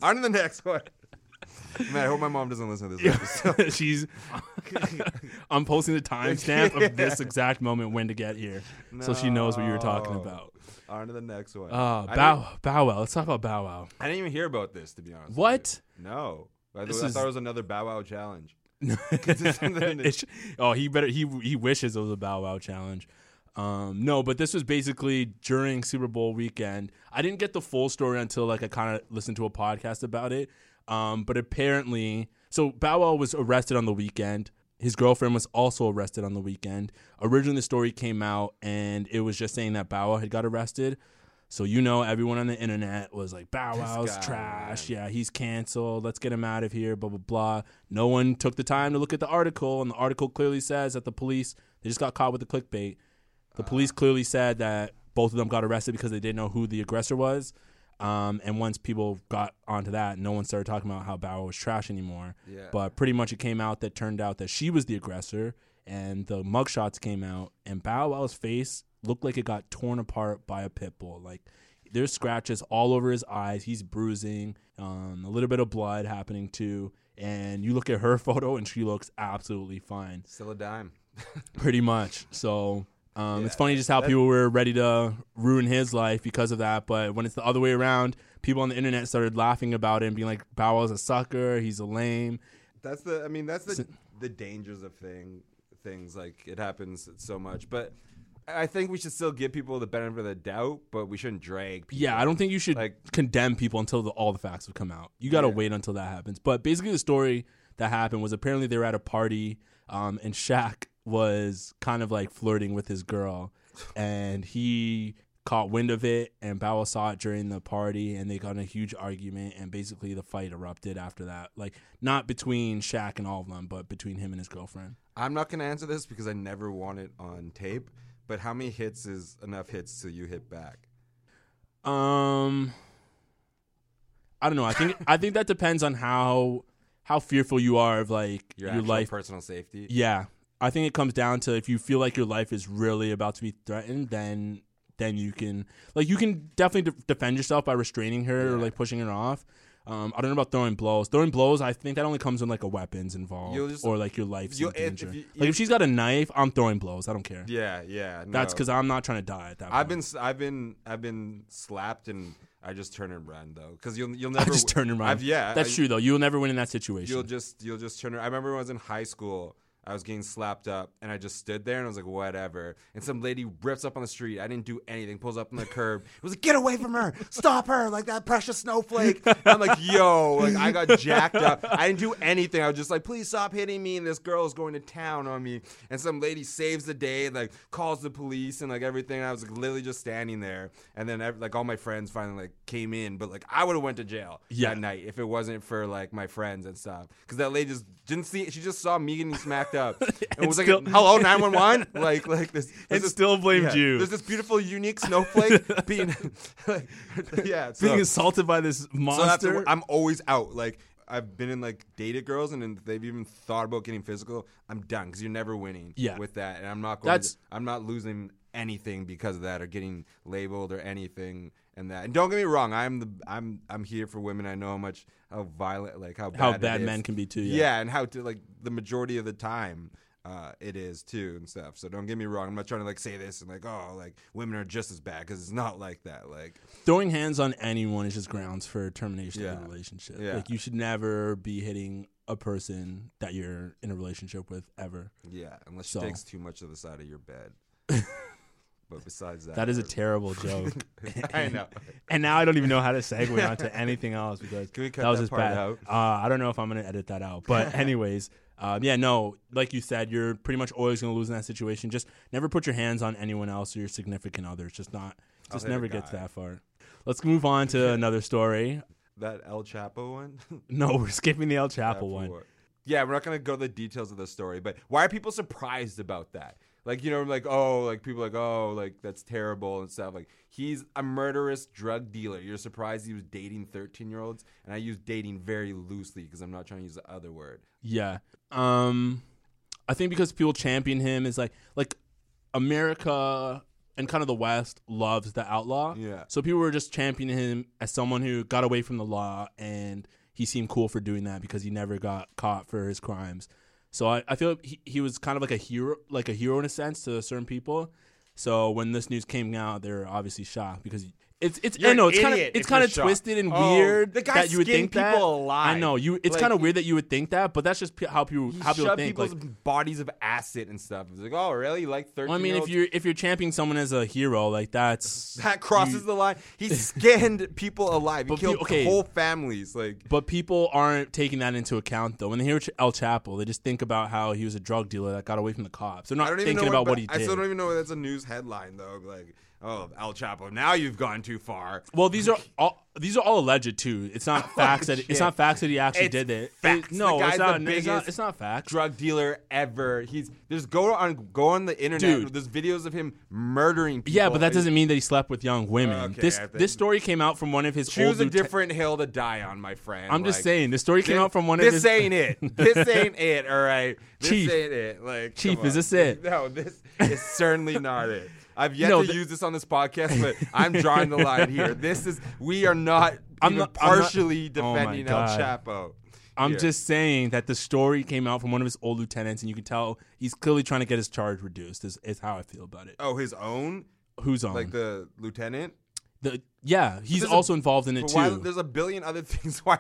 on to the next one. Man, I hope my mom doesn't listen to this episode.
[LAUGHS] [LAUGHS] She's. I'm
[LAUGHS]
posting the timestamp of this exact moment when to get here, so she knows what you were talking
No.
about.
On to the next one.
Uh,
I
Bow
Didn't,
Bow Wow. Let's talk about Bow Wow.
I didn't even hear about this, to be honest. with you.
What?
No. I,
This
I
is-
thought it was another Bow Wow challenge.
It sh- [LAUGHS] oh, he better he he wishes it was a Bow Wow challenge. Um, no, but this was basically during Super Bowl weekend. I didn't get the full story until like I kind of listened to a podcast about it. Um, but apparently, so Bow Wow was arrested on the weekend. His girlfriend was also arrested on the weekend. Originally, the story came out and it was just saying that Bow Wow had got arrested. So you know, everyone on the internet was like, "Bow Wow's
guy,
trash. Yeah, he's canceled. Let's get him out of here." Blah blah blah. No one took the time to look at the article, and the article clearly says that the police they just got caught with the clickbait. The police clearly said that both of them got arrested because they didn't know who the aggressor was. Um, and once people got onto that, no one started talking about how Bauer was trash anymore.
Yeah.
But pretty much it came out that turned out that she was the aggressor, and the mugshots came out, and Bow Wow's face looked like it got torn apart by a pit bull. Like there's scratches all over his eyes. He's bruising, um, a little bit of blood happening too. And you look at her [LAUGHS] photo, and she looks absolutely fine
Still a dime.
pretty much. So um, it's funny just how people were ready to ruin his life because of that. But when it's the other way around, people on the internet started laughing about it and being like, "Bow Wow's a sucker. He's a lame."
That's the. I mean, that's the the dangers of thing things like it happens so much. But I think we should still give people the benefit of the doubt, but we shouldn't drag. People.
Yeah, I don't think you should
Like-
condemn people until the, all the facts have come out. You got to wait until that happens. But basically, the story that happened was apparently they were at a party, um, and Shaq was kind of like flirting with his girl, and he caught wind of it, and Bow Wow saw it during the party, and they got in a huge argument, and basically the fight erupted after that. Like not between Shaq and all of them, but between him and his girlfriend.
I'm not gonna answer this because I never want it on tape. But how many hits is enough hits till you hit back?
Um, I don't know. I think I think that depends on how how fearful you are of like
Your,
your,
actual
life.
personal safety.
yeah, I think it comes down to if you feel like your life is really about to be threatened, then then you can like you can definitely de- defend yourself by restraining her or
Yeah.
like pushing her off. Um, I don't know about throwing blows. Throwing blows, I think that only comes when like a weapons involved
You'll just-
or like your life's
you'll-
in
if- if
danger.
you-
like
you-
if she's got a knife, I'm throwing blows. I don't care.
Yeah, yeah. No.
That's because I'm not trying to die at that.
I've
point.
been s- I've been I've been slapped and I just turn and run though because you'll you'll never
I just turn around.
I've, yeah,
that's
I-
true though. You'll never win in that situation.
You'll just you'll just turn. around. I remember when I was in high school, I was getting slapped up, and I just stood there and I was like, whatever. And some lady rips up on the street. I didn't do anything. Pulls up on the curb. It was like, get away from her, stop her, like that precious snowflake. And I'm like, yo, like I got jacked up. I didn't do anything. I was just like, please stop hitting me. And this girl is going to town on me. And some lady saves the day, like calls the police and like everything. And I was like literally just standing there. And then ev- like all my friends finally like came in, but like I would have went to jail
Yeah.
that night if it wasn't for like my friends and stuff. Because that lady just didn't see. She just saw me getting smacked
[LAUGHS]
up and, was like,
still- [LAUGHS]
"Hello, nine one one." Like, like this. there's
And
this-
still blamed
yeah,
you.
There's this beautiful, unique
[LAUGHS]
snowflake being, [LAUGHS] like, yeah, so,
being assaulted by this
so after-
monster.
I'm always out. Like. I've been in like dated girls, and if they've even thought about getting physical. I'm done because you're never winning
Yeah.
with that, and I'm not going.
That's-
to, I'm not losing anything because of that, or getting labeled or anything, and that. And don't get me wrong, I'm the I'm I'm here for women. I know how much how violent, like how bad
how
it
bad
is.
men can be too.
Yeah.
Yeah.
and how to like the majority of the time uh, it is too and stuff. So don't get me wrong. I'm not trying to like say this and like oh like women are just as bad because it's not like that. Like
throwing hands on anyone is just grounds for termination of
Yeah.
a relationship.
Yeah.
Like you should never be hitting a person that you're in a relationship with ever.
yeah, unless
So.
she takes too much of the side of your
[LAUGHS]
bed. but besides that,
That is
[LAUGHS]
a terrible joke.
I know.
and now I don't even know how to segue onto anything else because
Can we cut
that was
that
just
part
bad.
out?
Uh, I don't know if I'm gonna edit that out,
[LAUGHS]
but anyways, um, yeah, no, like you said, you're pretty much always gonna lose in that situation. Just never put your hands on anyone else or your significant other. It's just not, just
hit a
never gets
guy.
that far. Let's move
[LAUGHS]
on to another story.
That El Chapo
[LAUGHS]
one.
No, we're skipping the El Chapo
Apple
one.
War. Yeah, we're not gonna go the details of the story, but why are people surprised about that? Like you know, like oh, like people are like oh, like that's terrible and stuff. Like he's a murderous drug dealer. You're surprised he was dating 13 year olds, and I use dating very loosely because I'm not trying to use the other word.
Yeah. Um I think because people champion him is like like America and kind of the West loves the outlaw.
Yeah.
So people were just championing him as someone who got away from the law and he seemed cool for doing that because he never got caught for his crimes. So I, I feel he, he was kind of like a hero, like a hero in a sense to certain people. So when this news came out, they were obviously shocked because it's it's
You're
I know
an
it's kind of
idiot
it's
if you're
kind of
shocked.
twisted and
Oh,
weird
the guy
that you would
skinned
think that.
people alive.
I know you. It's
Like-
kind of weird that you would think that, but that's just p- how people
He
how people
shoved
think. Like,
people's bodies of acid and stuff. It's like, oh, really? Like thirteen?
well, I mean, if you're if you're championing someone as a hero, like that's
[LAUGHS] that crosses
you-
the line. He
[LAUGHS]
skinned people alive. He
But
killed
you- okay.
whole families. Like
But people aren't taking that into account though. When they hear Ch- El Chapo, they just think about how he was a drug dealer that got away from the cops. They're
I
not
don't even
thinking
know
about what
ba-
he
I
did.
still don't even know whether that's a news headline though. Like, oh, El Chapo. Now you've gone too far.
well,
[LAUGHS]
these are all these are all alleged too. It's not facts that
shit.
it's not facts that he actually
It's
did it.
facts.
It- no,
The
it's
guy's the
not, it's not.
biggest
It's not facts.
drug dealer ever. He's there's go on go on the internet.
Dude.
There's videos of him murdering people.
yeah, but that
And
doesn't mean that he slept with young women.
Okay,
this
I think-
this story came out from one of his old
choose a
lieutenant-
different hill to die on, my friend.
I'm just
Like,
saying, the story came
thi-
out from one of
this
his.
ain't
[LAUGHS]
it. This ain't it. All right, this
Chief.
ain't it. Like,
Chief,
come
is
on.
this
[LAUGHS]
it?
No, this is certainly not it. I've yet
No,
to
th-
use this on this podcast, but I'm drawing the line
[LAUGHS]
here. This is we are not
I'm
even
not- I'm not-
partially
Oh my
defending El
God.
Chapo.
I'm
here.
just saying that the story came out from one of his old lieutenants, and you can tell he's clearly trying to get his charge reduced. Is, is how I feel about it.
oh his own
Who's on?
like the lieutenant.
The, yeah, he's
There's a-
also involved in it
But why,
too.
there's a billion other [LAUGHS] things. Why,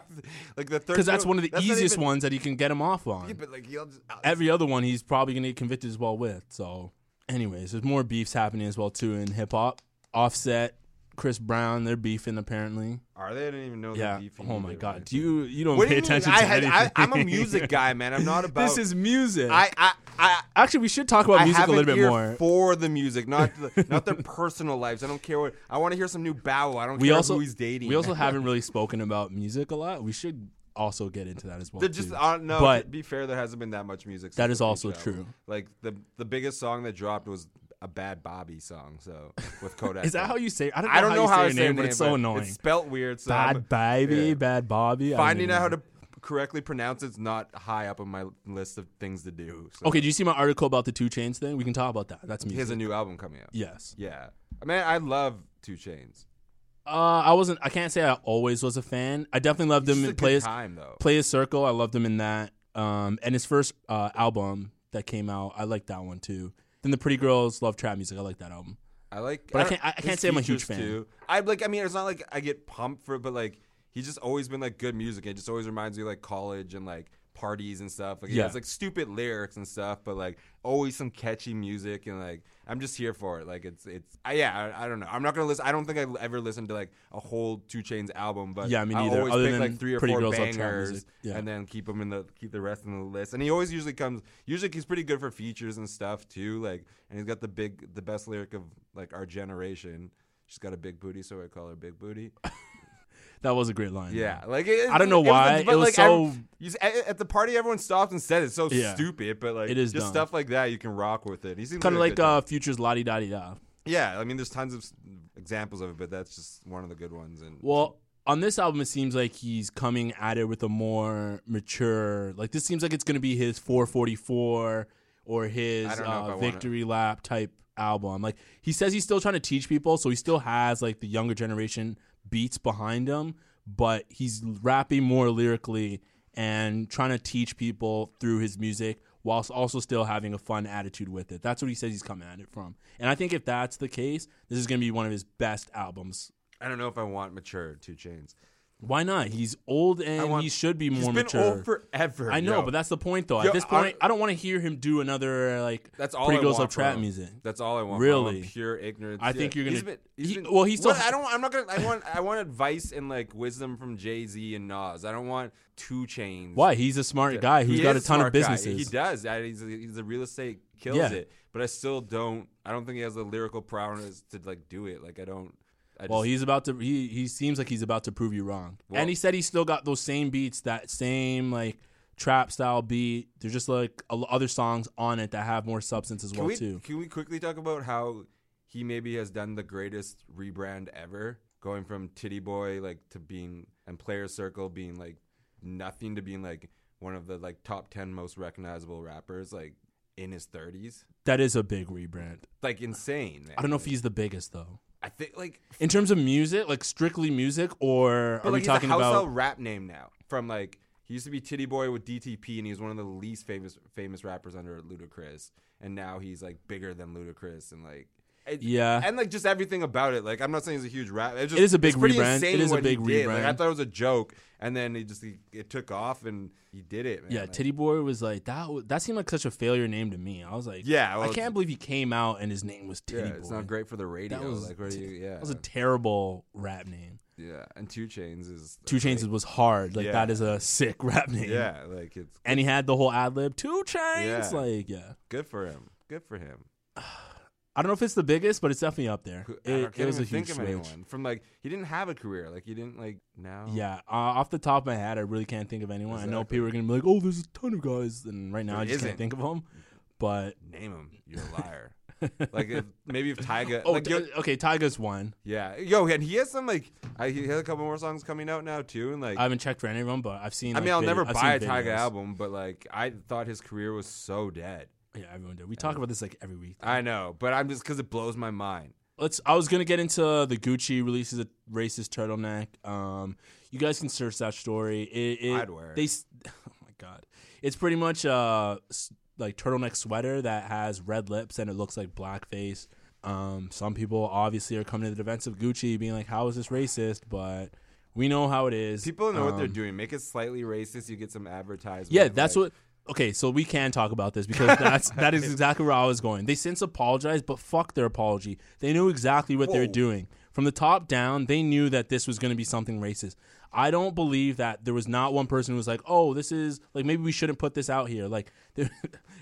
like the third?
Because that's one of the
that's not
easiest
even-
ones that he can get him off on.
Yeah, [LAUGHS] but like he'll just, uh,
Every other one, he's probably going to get convicted as well with. So, anyways, there's more beefs happening as well too in hip hop. Offset, Chris Brown, they're beefing apparently.
are they? I didn't even know. they're
Yeah.
beefing
Oh my
either,
god,
right?
do you you don't
What do
pay
you mean?
attention
I
to
had,
anything?
I, I'm a
[LAUGHS]
music guy, man. I'm not about.
this is music.
I I I.
Actually, we should talk about
I
music
have
a
an
little bit
ear
more.
for the music,
[LAUGHS]
not the, not their personal lives. I don't care what. I want to hear some new Bow. I don't
we
care
also
who he's dating.
we also haven't really spoken about music a lot. We should also get into that as
[LAUGHS]
well.
There just
too.
uh, no.
But-
to be fair, there hasn't been that much music.
That
since
is
the
also
Peach album.
true.
Like the the biggest song that dropped was a bad Bobby song. So with Kodak,
[LAUGHS] Is that how
Black.
you say? I don't know
I don't
how
know
you say
how
your
to
name, but it's so annoying.
It's spelt weird. So I'm-
bad baby,
yeah.
bad Bobby. I don't
finding
even
out how
know.
to correctly pronounce it's not high up on my list of things to do. So
Okay, do you see my article about the two chains thing? We can talk about that. That's
he has
music.
a new album coming out.
yes.
Yeah, I mean, I love Two Chains.
Uh, I wasn't. I can't say I always was a fan. I definitely loved him
Just a
in
good
play his
time though.
play his circle. I loved him in that. Um, and his first uh, album that came out, I liked that one too. Then the Pretty Girls Love Trap Music. I like that album.
I like,
But I
don't-
can't- I- I
his
can't say I'm a huge
features,
fan.
I like. I mean, it's not like I get pumped for, it, but like he's just always been like good music. It just always reminds me of, like college and like parties and stuff. Like he
Yeah.
has like stupid lyrics and stuff, but like always some catchy music and like I'm just here for it. Like it's it's I, yeah. I, I don't know. I'm not gonna listen. I don't think I ever listened to like a whole Two Chains album, but
Yeah, me
I
neither,
always
other
pick
than
like three or
Pretty
four
Girls Love Trap
bangers
Music, yeah.
and then keep them in the keep the rest in the list. And he always usually comes. Usually he's pretty good for features and stuff too. Like, and he's got the big, the best lyric of like our generation. She's got a big booty, so I call her Big Booty.
That was a great line.
Yeah, like it,
I don't know
it was-
why,
but,
it was
like, every-
so-
you s- e, at, at the party, everyone stopped and said it's so
Yeah.
stupid, but like
It is
just
dumb.
stuff like that you can rock with it. He's
Kind of like uh, Future's La Di Da Di Da.
yeah. I mean, there's tons of s- examples of it, but that's just one of the good ones. And
Well, on this album, it seems like he's coming at it with a more mature. Like this seems like it's going to be his 444 or his
I don't know if I
uh,
wanna-
victory lap type album. Like he says, he's still trying to teach people, so he still has like the younger generation beats behind him, but he's rapping more lyrically and trying to teach people through his music. Whilst also still having a fun attitude with it. That's what he says he's coming at it from. And I think if that's the case, this is going to be one of his best albums
I don't know if I want mature Two Chains.
why not? He's old and
want-
he should be
He's
more
been
mature.
old forever.
I know,
yo.
but that's the point though.
Yo,
At this
I-
point, I, don't want to hear him do another like
That's all
Pretty
I
Girls
want
Love Trap
from him.
music.
That's all I want. I want
Really?
pure ignorance.
I think you're gonna-
He's been, he's
he-
been-
well, he's still-
What? I don't. I'm not gonna. I want. I want advice and like wisdom from Jay Z and Nas. I don't want two chains.
Why? He's a smart guy who's
He
got a
is
ton of
smart guy.
businesses.
He does. I- He's a, he's a real estate kills
Yeah.
it. But I still don't. I don't think he has the lyrical prowess to like do it. Like I don't. I
Well,
just,
he's about to. He he seems like he's about to prove you wrong.
Well-
and he said he still got those same beats, that same like trap style beat. There's just like a, other songs on it that have more substance as
Can
well
we
too.
can we quickly talk about how he maybe has done the greatest rebrand ever, going from Titty Boy like to being and Player Circle being like nothing to being like one of the like top ten most recognizable rappers like in his thirties,
That is a big rebrand.
like insane. Man.
I don't know if he's the biggest though.
I think like
In terms of music, like strictly music, or are
But like
we
he's
talking
a house
about?
out rap name now. From like he used to be Titty Boy with DTP, and he was one of the least famous famous rappers under Ludacris, and now he's like bigger than Ludacris, and like it-
Yeah.
and like just everything about it. Like I'm not saying he's a huge rap. It's just,
It is a
it's
big
pretty
rebrand.
insane
It is a
what he
big
did. Like, I
rebrand.
thought it was a joke, and then he just he, it took off, and he did it. Man.
Yeah,
Like,
Titty Boy was like that. w- That seemed like such a failure name to me. I was like,
Yeah, well,
I can't believe he came out and his name was
Yeah,
Titty Boy.
it's not great for the radio.
That was
like, where do you, yeah,
That was a terrible rap name.
yeah, and Two Chains is
Two Chains was hard. Like
Yeah.
that is a sick [LAUGHS] rap name.
Yeah, like it's
and he had the whole ad lib. Two Chains.
Yeah.
Like yeah,
good for him. Good for him.
I don't know if it's the biggest, but it's definitely up there.
Who- I
It,
can't
it was
even
a huge
think of
switch.
anyone Oh. from like he didn't have a career. Like he didn't like now.
Yeah, uh, off the top of my head, I really can't think of anyone. I know people are gonna be like, "Oh, there's a ton of guys," and right now I
There
just can't
isn't.
think of them. But
name him. You're
[LAUGHS]
a liar. like if maybe if Tyga.
oh,
like,
Ti-
yo-
okay, Tyga's one.
yeah, yo, and he has some like I, he has a couple more songs coming out now too, and like
I
i
haven't checked for any of them, but I've seen. like,
mean I'll
vid-
never
I've
buy a
seen
Tyga
videos.
album, but like I thought his career was so dead.
Yeah, everyone did. We talk about this like every week.
I know, but I'm just because it blows my mind.
Let's. I was gonna get into the Gucci releases a racist turtleneck. Um, you guys can search that story. It, it,
I'd wear it.
They. s- [LAUGHS] Oh my god, it's pretty much uh s- like turtleneck sweater that has red lips and it looks like blackface. Um, some people obviously are coming to the defense of Gucci, being like, "How is this racist?" But we know how it is.
People know what they're
Um,
doing. Make it slightly racist. You get some advertisement.
Yeah, that's
like,
what. Okay, so we can talk about
[LAUGHS]
this because that's that is exactly where I was going. They since apologized, but fuck their apology. They knew exactly what they were
Whoa.
doing from the top down. They knew that this was going to be something racist. I don't believe that there was not one person who was like, "Oh, this is like maybe we shouldn't put this out here." Like, [LAUGHS] there-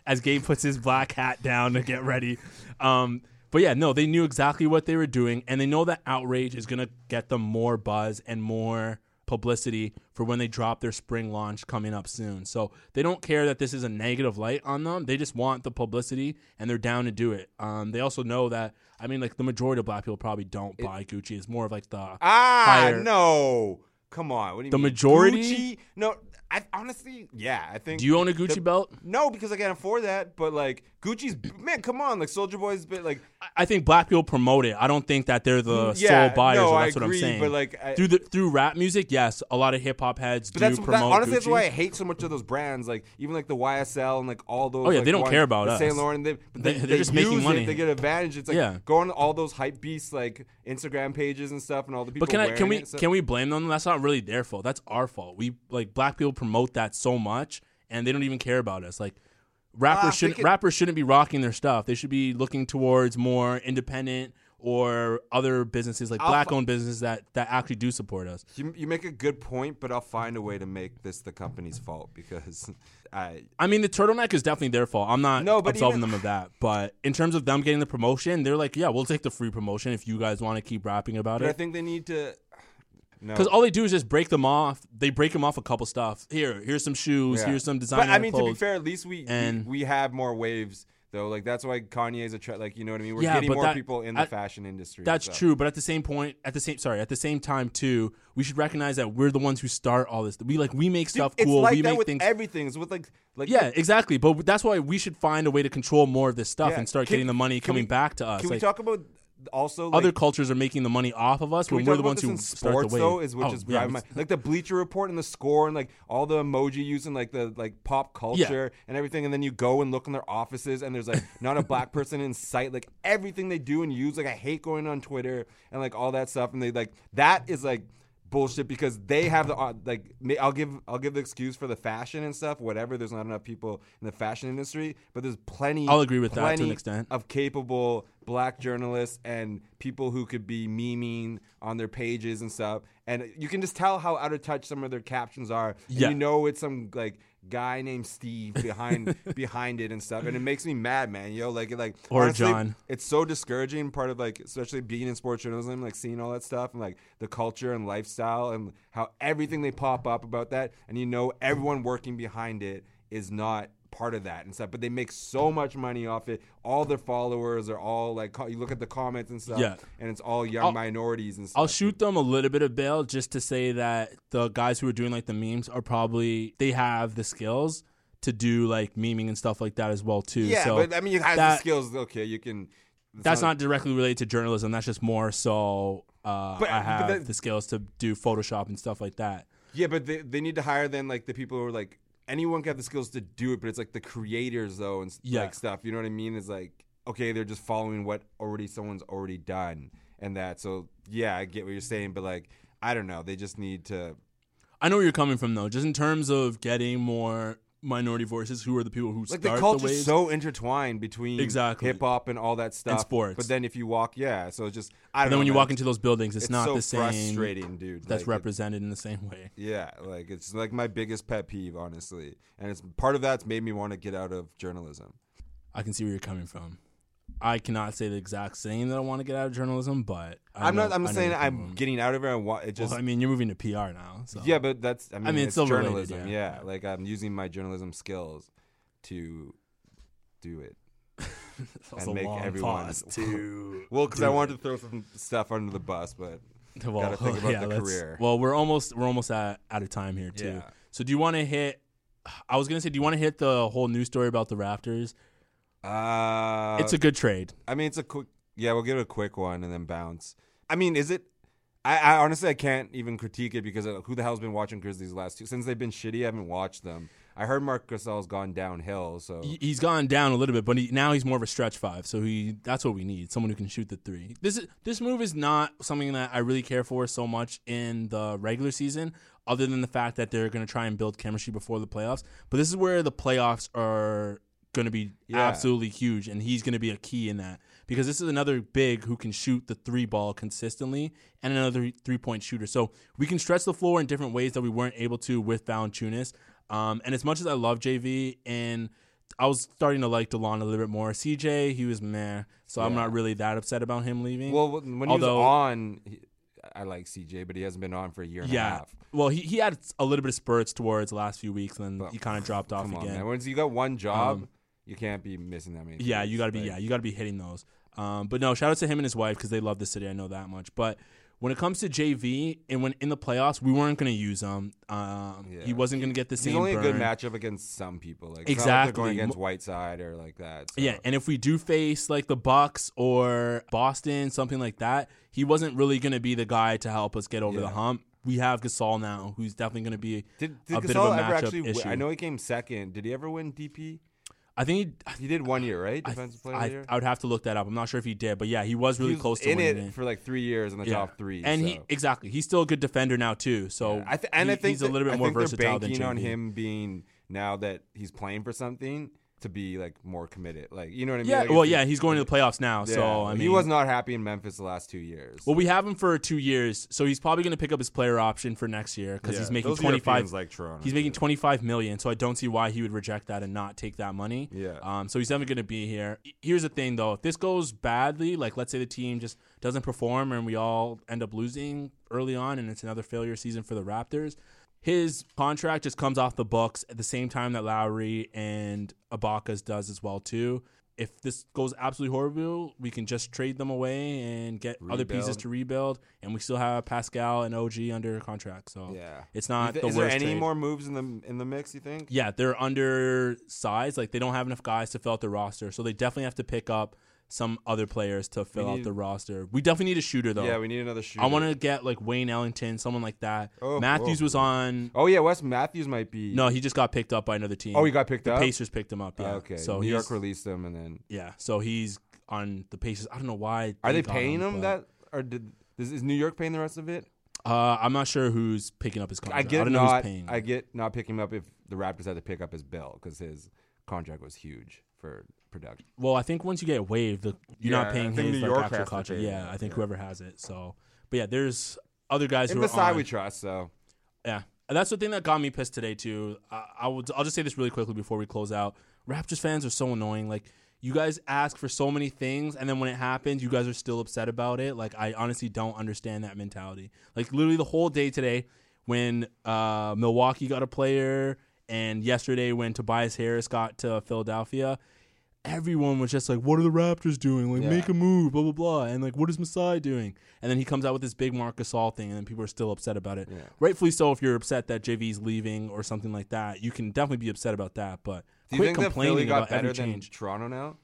as Gabe puts his black hat down to get ready. Um, but yeah, no, they knew exactly what they were doing, and they know that outrage is going to get them more buzz and more publicity for when they drop their spring launch coming up soon. So they don't care that this is a negative light on them. They just want the publicity and they're down to do it. Um, they also know that, I mean, like the majority of black people probably don't buy Gucci. It's more of like the.
Ah,
higher-
no. Come on. What do you
The
mean?
majority?
Gucci? No, I honestly, yeah, I think.
Do you own a Gucci
the-
belt?
No, because I can't afford that. But like Gucci's, man, come on, like Soldier Boy's been like,
I- I think black people promote it. I don't think that they're the
Mm, yeah,
sole buyers.
no,
or
I
that's what I'm
agree,
saying.
but, like, I-
through the through rap music, yes, a lot of hip hop heads
but
do
that's that,
promote.
honestly that's
Gucci.
why I hate so much of those brands, like even like the YSL and like all those.
Oh, yeah,
like,
they don't
ones-
care about
the
us.
Saint Laurent, they, but they,
They- they're
they
just making
use it,
money.
they get advantage. It's like
Yeah.
go on all those hype beasts like Instagram pages and stuff, and all the people.
But can I can
wearing
we
it, so-
can we blame them? That's not really their fault. That's our fault. We like black people promote that so much, and they don't even care about us. Like
Ah, I
rappers shouldn't
think it-
rappers shouldn't be rocking their stuff. They should be looking towards more independent or other businesses like
I'll
black owned businesses that that actually do support us.
You, you make a good point, but I'll find a way to make this the company's fault because [LAUGHS] I
I mean, the turtleneck is definitely their fault. I'm not
No, but
absolving
even-
them of that. But in terms of them getting the promotion, they're like, yeah, we'll take the free promotion if you guys want to keep rapping about
but I
it.
think they need to. No,
Because all they do is just break them off. They break them off a couple stuff. Here, here's some shoes.
Yeah.
Here's some designer
But I mean, to be
clothes.
fair, at least we,
and-
we we have more waves though. Like that's why Kanye's a tra- like you know what I mean. We're
Yeah,
getting
but
more
that-
people in the
I-
fashion industry.
That's
so.
true, but at the same point, at the same sorry, at the same time too, we should recognize that we're the ones who start all this. We like we make
Dude,
stuff
it's
cool.
like
we
that
make
with
things.
everything. It's with like like
yeah, exactly. But that's why we should find a way to control more of this stuff
yeah.
and start
Can-
getting the money
can
coming
we-
back to us.
Can we
Like,
talk about also
other
like,
cultures are making the money off of us
Can
when
we
we're
talk
the
about
ones
this
who
in
start
sports
the wave.
though? Is which
Oh,
is
yeah,
driving my like the Bleacher Report and the score and like all the emoji use and like the like pop culture and everything, and then you go and look in their offices and there's like not a black person in sight. Like everything they do and use. Like I hate going on Twitter and like all that stuff, and they like that is like bullshit because they have the uh, like ma- I'll give I'll give the excuse for the fashion and stuff whatever there's not enough people in the fashion industry but there's plenty
I'll agree with that to an
plenty
extent.
of capable black journalists and people who could be memeing on their pages and stuff. And you can just tell how out of touch some of their captions are. And
Yeah.
You know it's some like guy named Steve behind [LAUGHS] behind it and stuff. And it makes me mad, man. Yo, like like
Or John.
It's so discouraging part of like especially being in sports journalism, like seeing all that stuff and like the culture and lifestyle and how everything they pop up about that and you know everyone working behind it is not part of that and stuff, but they make so much money off it. All their followers are all like, co- you look at the comments and stuff,
Yeah.
and it's all young minorities and stuff.
I'll shoot them a little bit of bail just to say that the guys who are doing like the memes are probably they have the skills to do like memeing and stuff like that as well too.
yeah,
so
but I mean, you have
that-
the skills. Okay, you can
That's not directly related to journalism. That's just more so uh,
But-
I
but
have
that-
the skills to do Photoshop and stuff like that.
Yeah, but they, they need to hire then like the people who are like anyone can have the skills to do it, but it's like the creators though and s-
Yeah.
like stuff. You know what I mean? It's like okay, they're just following what already someone's already done and that. So yeah, I get what you're saying, but like I don't know, they just need to.
I know where you're coming from though, just in terms of getting more minority voices. Who are the people who
Like
start
the
the,
culture's
waves?
so intertwined between
Exactly.
hip hop and all that stuff,
sports.
But then if you walk, yeah, so it's just I don't.
and then
know,
when you
man.
walk into those buildings, it's,
it's
not
so
the same.
frustrating, dude. Like,
That's
it-
represented in the same way.
Yeah, like it's like my biggest pet peeve, honestly, and it's part of that's made me want to get out of journalism.
I can see where you're coming from. I cannot say the exact same that I want to get out of journalism, but I
I'm
know-
not. I'm not
I know
saying
where you're
I'm
coming from.
getting out of it. I want it [LAUGHS] just.
well, I mean, you're moving to PR now, so
yeah, but that's. I mean,
mean, it's
it's,
still related,
journalism.
yeah.
yeah. like I'm using my journalism skills to do it.
That was
and
a
make
long
everyone- [LAUGHS]
pause to
Well, because I wanted to throw some stuff under the bus, but
well,
gotta think about
[LAUGHS] yeah,
the
let's-
career.
Well, we're almost we're almost at, out of time here too.
Yeah.
So do you want to hit? I was gonna say, do you want to hit the whole news story about the Raptors?
uh,
it's a good trade.
I mean, it's a quick. Yeah, we'll give it a quick one and then bounce. I mean, is it? I, I honestly I can't even critique it because uh, who the hell's been watching Grizzlies last two since they've been shitty? I haven't watched them. I heard Mark Gasol's gone downhill, so
He- He's gone down a little bit, but he, now he's more of a stretch five. So he that's what we need someone who can shoot the three. This is this move is not something that I really care for so much in the regular season, other than the fact that they're going to try and build chemistry before the playoffs. But this is where the playoffs are going to be
Yeah.
absolutely huge, and he's going to be a key in that because this is another big who can shoot the three ball consistently and another three point shooter. So we can stretch the floor in different ways that we weren't able to with Valanciunas. Um, and as much as I love JV and I was starting to like Delon a little bit more. CJ, he was meh, so I'm not really that upset about him leaving.
Well, when when he
Although-
was on, he, I like CJ, but he hasn't been on for a year and a
yeah.
half.
Well, he, he had a little bit of spurts towards the last few weeks, and then he kind of dropped off
Come on,
again. Um,
man. Once you got one job, you can't be missing that many.
Yeah,
threes.
you got to be.
Like,
Yeah, you got to be hitting those. Um, but no, shout out to him and his wife because they love the city. I know that much. But when it comes to JV and when in the playoffs, we weren't going to use him. Um, He
Yeah.
wasn't going to get the same.
He's only a good
burn.
matchup against some people. Like it's not like they're
Exactly.
going against Whiteside or like that. so-
Yeah, and if we do face like the Bucks or Boston, something like that, he wasn't really going to be the guy to help us get over the
Yeah.
hump. We have Gasol now, who's definitely going to be
Did, did
a bit
Gasol
of a
ever
matchup
actually? Win?
issue.
I know he came second. Did he ever win DP?
I think he,
He did one year, right?
I,
Defensive player of the
I,
year.
I would have to look that up. I'm not sure if he did, but yeah, he was really
He was
close to
in
winning
it for like three years in the top three.
and
so.
he exactly. He's still a good defender now too. So
I th- and
Oh, he-
I think
he's a little bit
that- I
more
think they're
versatile than
banking on
JV.
him being now that he's playing for something to be like more committed. Like you know what I mean?
Yeah,
Like,
well,
it's-
yeah, he's going to the playoffs now.
yeah,
so I mean,
he was not happy in Memphis the last two years.
Well, we have him for two years, so he's probably going to pick up his player option for next year because
Yeah,
he's making
those
twenty five.
Europeans like Toronto,
he's making
too.
twenty five million, so I don't see why he would reject that and not take that money.
Yeah.
Um. So he's never going to be here. Here's the thing, though: if this goes badly, like let's say the team just doesn't perform and we all end up losing early on, and it's another failure season for the Raptors. His contract just comes off the books at the same time that Lowry and Abaca's does as well too. If this goes absolutely horrible, we can just trade them away and get other pieces
Rebuild.
to rebuild, and we still have Pascal and OG under contract. So
yeah,
it's not
Is, th-
the
is
worst.
there any
trade.
more moves in the in the mix? You think?
Yeah, they're undersized. Like they don't have enough guys to fill out the roster, so they definitely have to pick up some other players to fill out
need-
the roster. We definitely need a shooter though.
Yeah, we need another shooter.
I want to get like Wayne Ellington, someone like that.
Oh,
Matthews
whoa.
was on.
Oh yeah, Wes Matthews might be.
No, he just got picked up by another team.
Oh, he got picked
the
up.
Pacers picked him up.
Oh,
Yeah.
okay.
So
New York
he's-
released him, and then
Yeah. So he's on the Pacers. I don't know why.
are they
got
paying him
but-
that, or did is, is New York paying the rest of it?
Uh, I'm not sure who's picking up his
I
contract. I,
get
don't know
not.
who's paying.
I get not picking him up if the Raptors had to pick up his bill because his contract was huge for production.
well, I think once you get waived, the, you're
Yeah,
not
I
paying
think
his
New
like,
York
actual
has to
contract.
pay him,
Yeah, I think
yeah.
whoever has it. So, but yeah, there's other guys
And
who are
Masai
on.
we trust, so
Yeah, And that's the thing that got me pissed today too. I, I will. I'll just say this really quickly before we close out. Raptors fans are so annoying. Like you guys ask for so many things, and then when it happens, you guys are still upset about it. Like I honestly don't understand that mentality. Like literally the whole day today, when uh, Milwaukee got a player, and yesterday when Tobias Harris got to Philadelphia. Everyone was just like, "What are the Raptors doing? Like, make a move, blah blah blah." And like, "What is Masai doing?" And then he comes out with this big Marc Gasol thing, and then people are still upset about it rightfully so if you're upset that JV's leaving or something like that. You can definitely be upset about that, but
do you
quit
think that
complaining
Philly got
about every
better than
change.
Toronto now?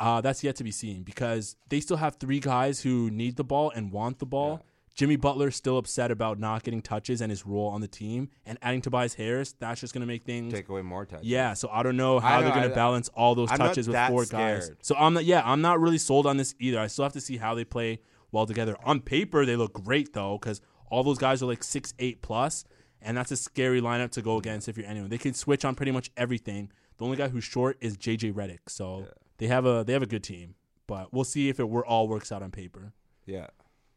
Uh, that's yet to be seen because they still have three guys who need the ball and want the ball. Jimmy Butler's still upset about not getting touches and his role on the team, and adding Tobias Harris that's just going to make things.
Take away more touches.
Mm. yeah, so I don't know how
I-
they're going
I-
to balance all those
I'm not
touches with
that
four guys.
scared.
So I'm not. Yeah, I'm not really sold on this either. I still have to see how they play well together. On paper, they look great though because all those guys are like six eight plus, and that's a scary lineup to go against if you're anyone. They can switch on pretty much everything. The only guy who's short is JJ Redick. So they have a they have a good team, but we'll see if it were all works out on paper.
Yeah.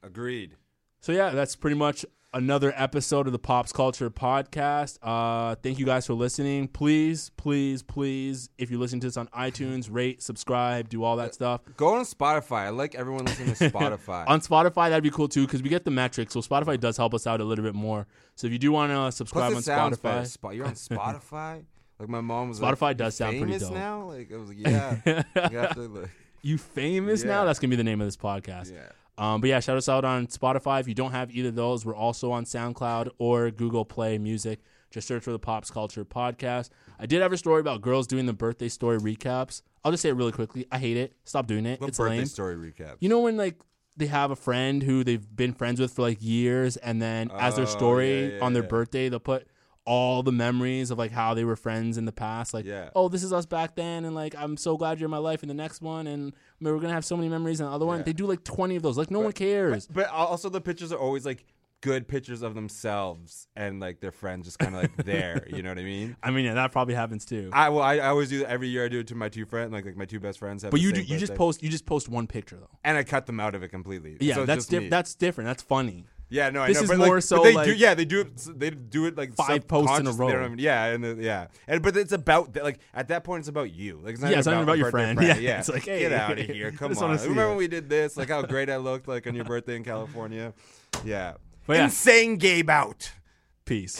Agreed.
So yeah, that's pretty much another episode of the Pops Culture Podcast. Uh, thank you guys for listening. Please, please, please, if you listen to this on iTunes, rate, subscribe, do all that stuff.
Go on Spotify. I like everyone listening
[LAUGHS]
to Spotify.
On Spotify, that'd be cool too because we get the metrics. So Spotify does help us out a little bit more. So if you do want to subscribe
Plus, it
on
sounds
Spotify,
better. Spo-
[LAUGHS]
you're on Spotify. Like my mom was.
Spotify
like,
does
"You
sound pretty
famous
dope."
now. Like
[LAUGHS]
I was like, yeah. you have to, like,
you famous
Yeah.
now. That's gonna be the name of this podcast.
yeah.
Um, but yeah, shout us out on Spotify. If you don't have either of those, we're also on SoundCloud or Google Play Music. Just search for the Pops Culture Podcast. I did have a story about girls doing the birthday story recaps. I'll just say it really quickly. I hate it. Stop doing it.
What
it's
birthday
lame.
story recap?
You know when like they have a friend who they've been friends with for like years, and then as their
Oh,
story
yeah, yeah,
on their
yeah.
birthday, they'll put all the memories of like how they were friends in the past. Like,
Yeah.
oh, this is us back then, and like I'm so glad you're in my life. in the next one, and I mean, we're gonna have so many memories. And the other one, they do like 20 of those. Like no one cares.
But al- also the pictures are always like good pictures of themselves and like their friends just kind of like there. You know what I
[LAUGHS]
mean?
I mean, yeah, that probably happens too.
I well, I, I always do that every year. I do it to my two friends, like like my two best friends. Have
but
the
you do
same
you just
birthday.
post you just post one picture though.
and I cut them out of it completely.
Yeah,
So it's
that's
just
different.
me.
That's different. That's funny.
yeah, no, I
this
know,
is
but,
more
like,
so,
but they do,
like-
yeah, they do it. They do it like
Five posts in a
subconsciously. They
row.
don't even- yeah, and the, yeah, and but it's about that. Like at that point, it's about you. Like it's not
Yeah,
even
it's not
about,
even
your
about your
birthday
friend. [LAUGHS]
Yeah,
Yeah, it's like,
get
hey,
out of here.
I
Come
just
on.
wanna see
Remember
it.
when we did this? Like how great I looked like on your birthday in California. Yeah,
But yeah.
insane Gabe out.
Peace.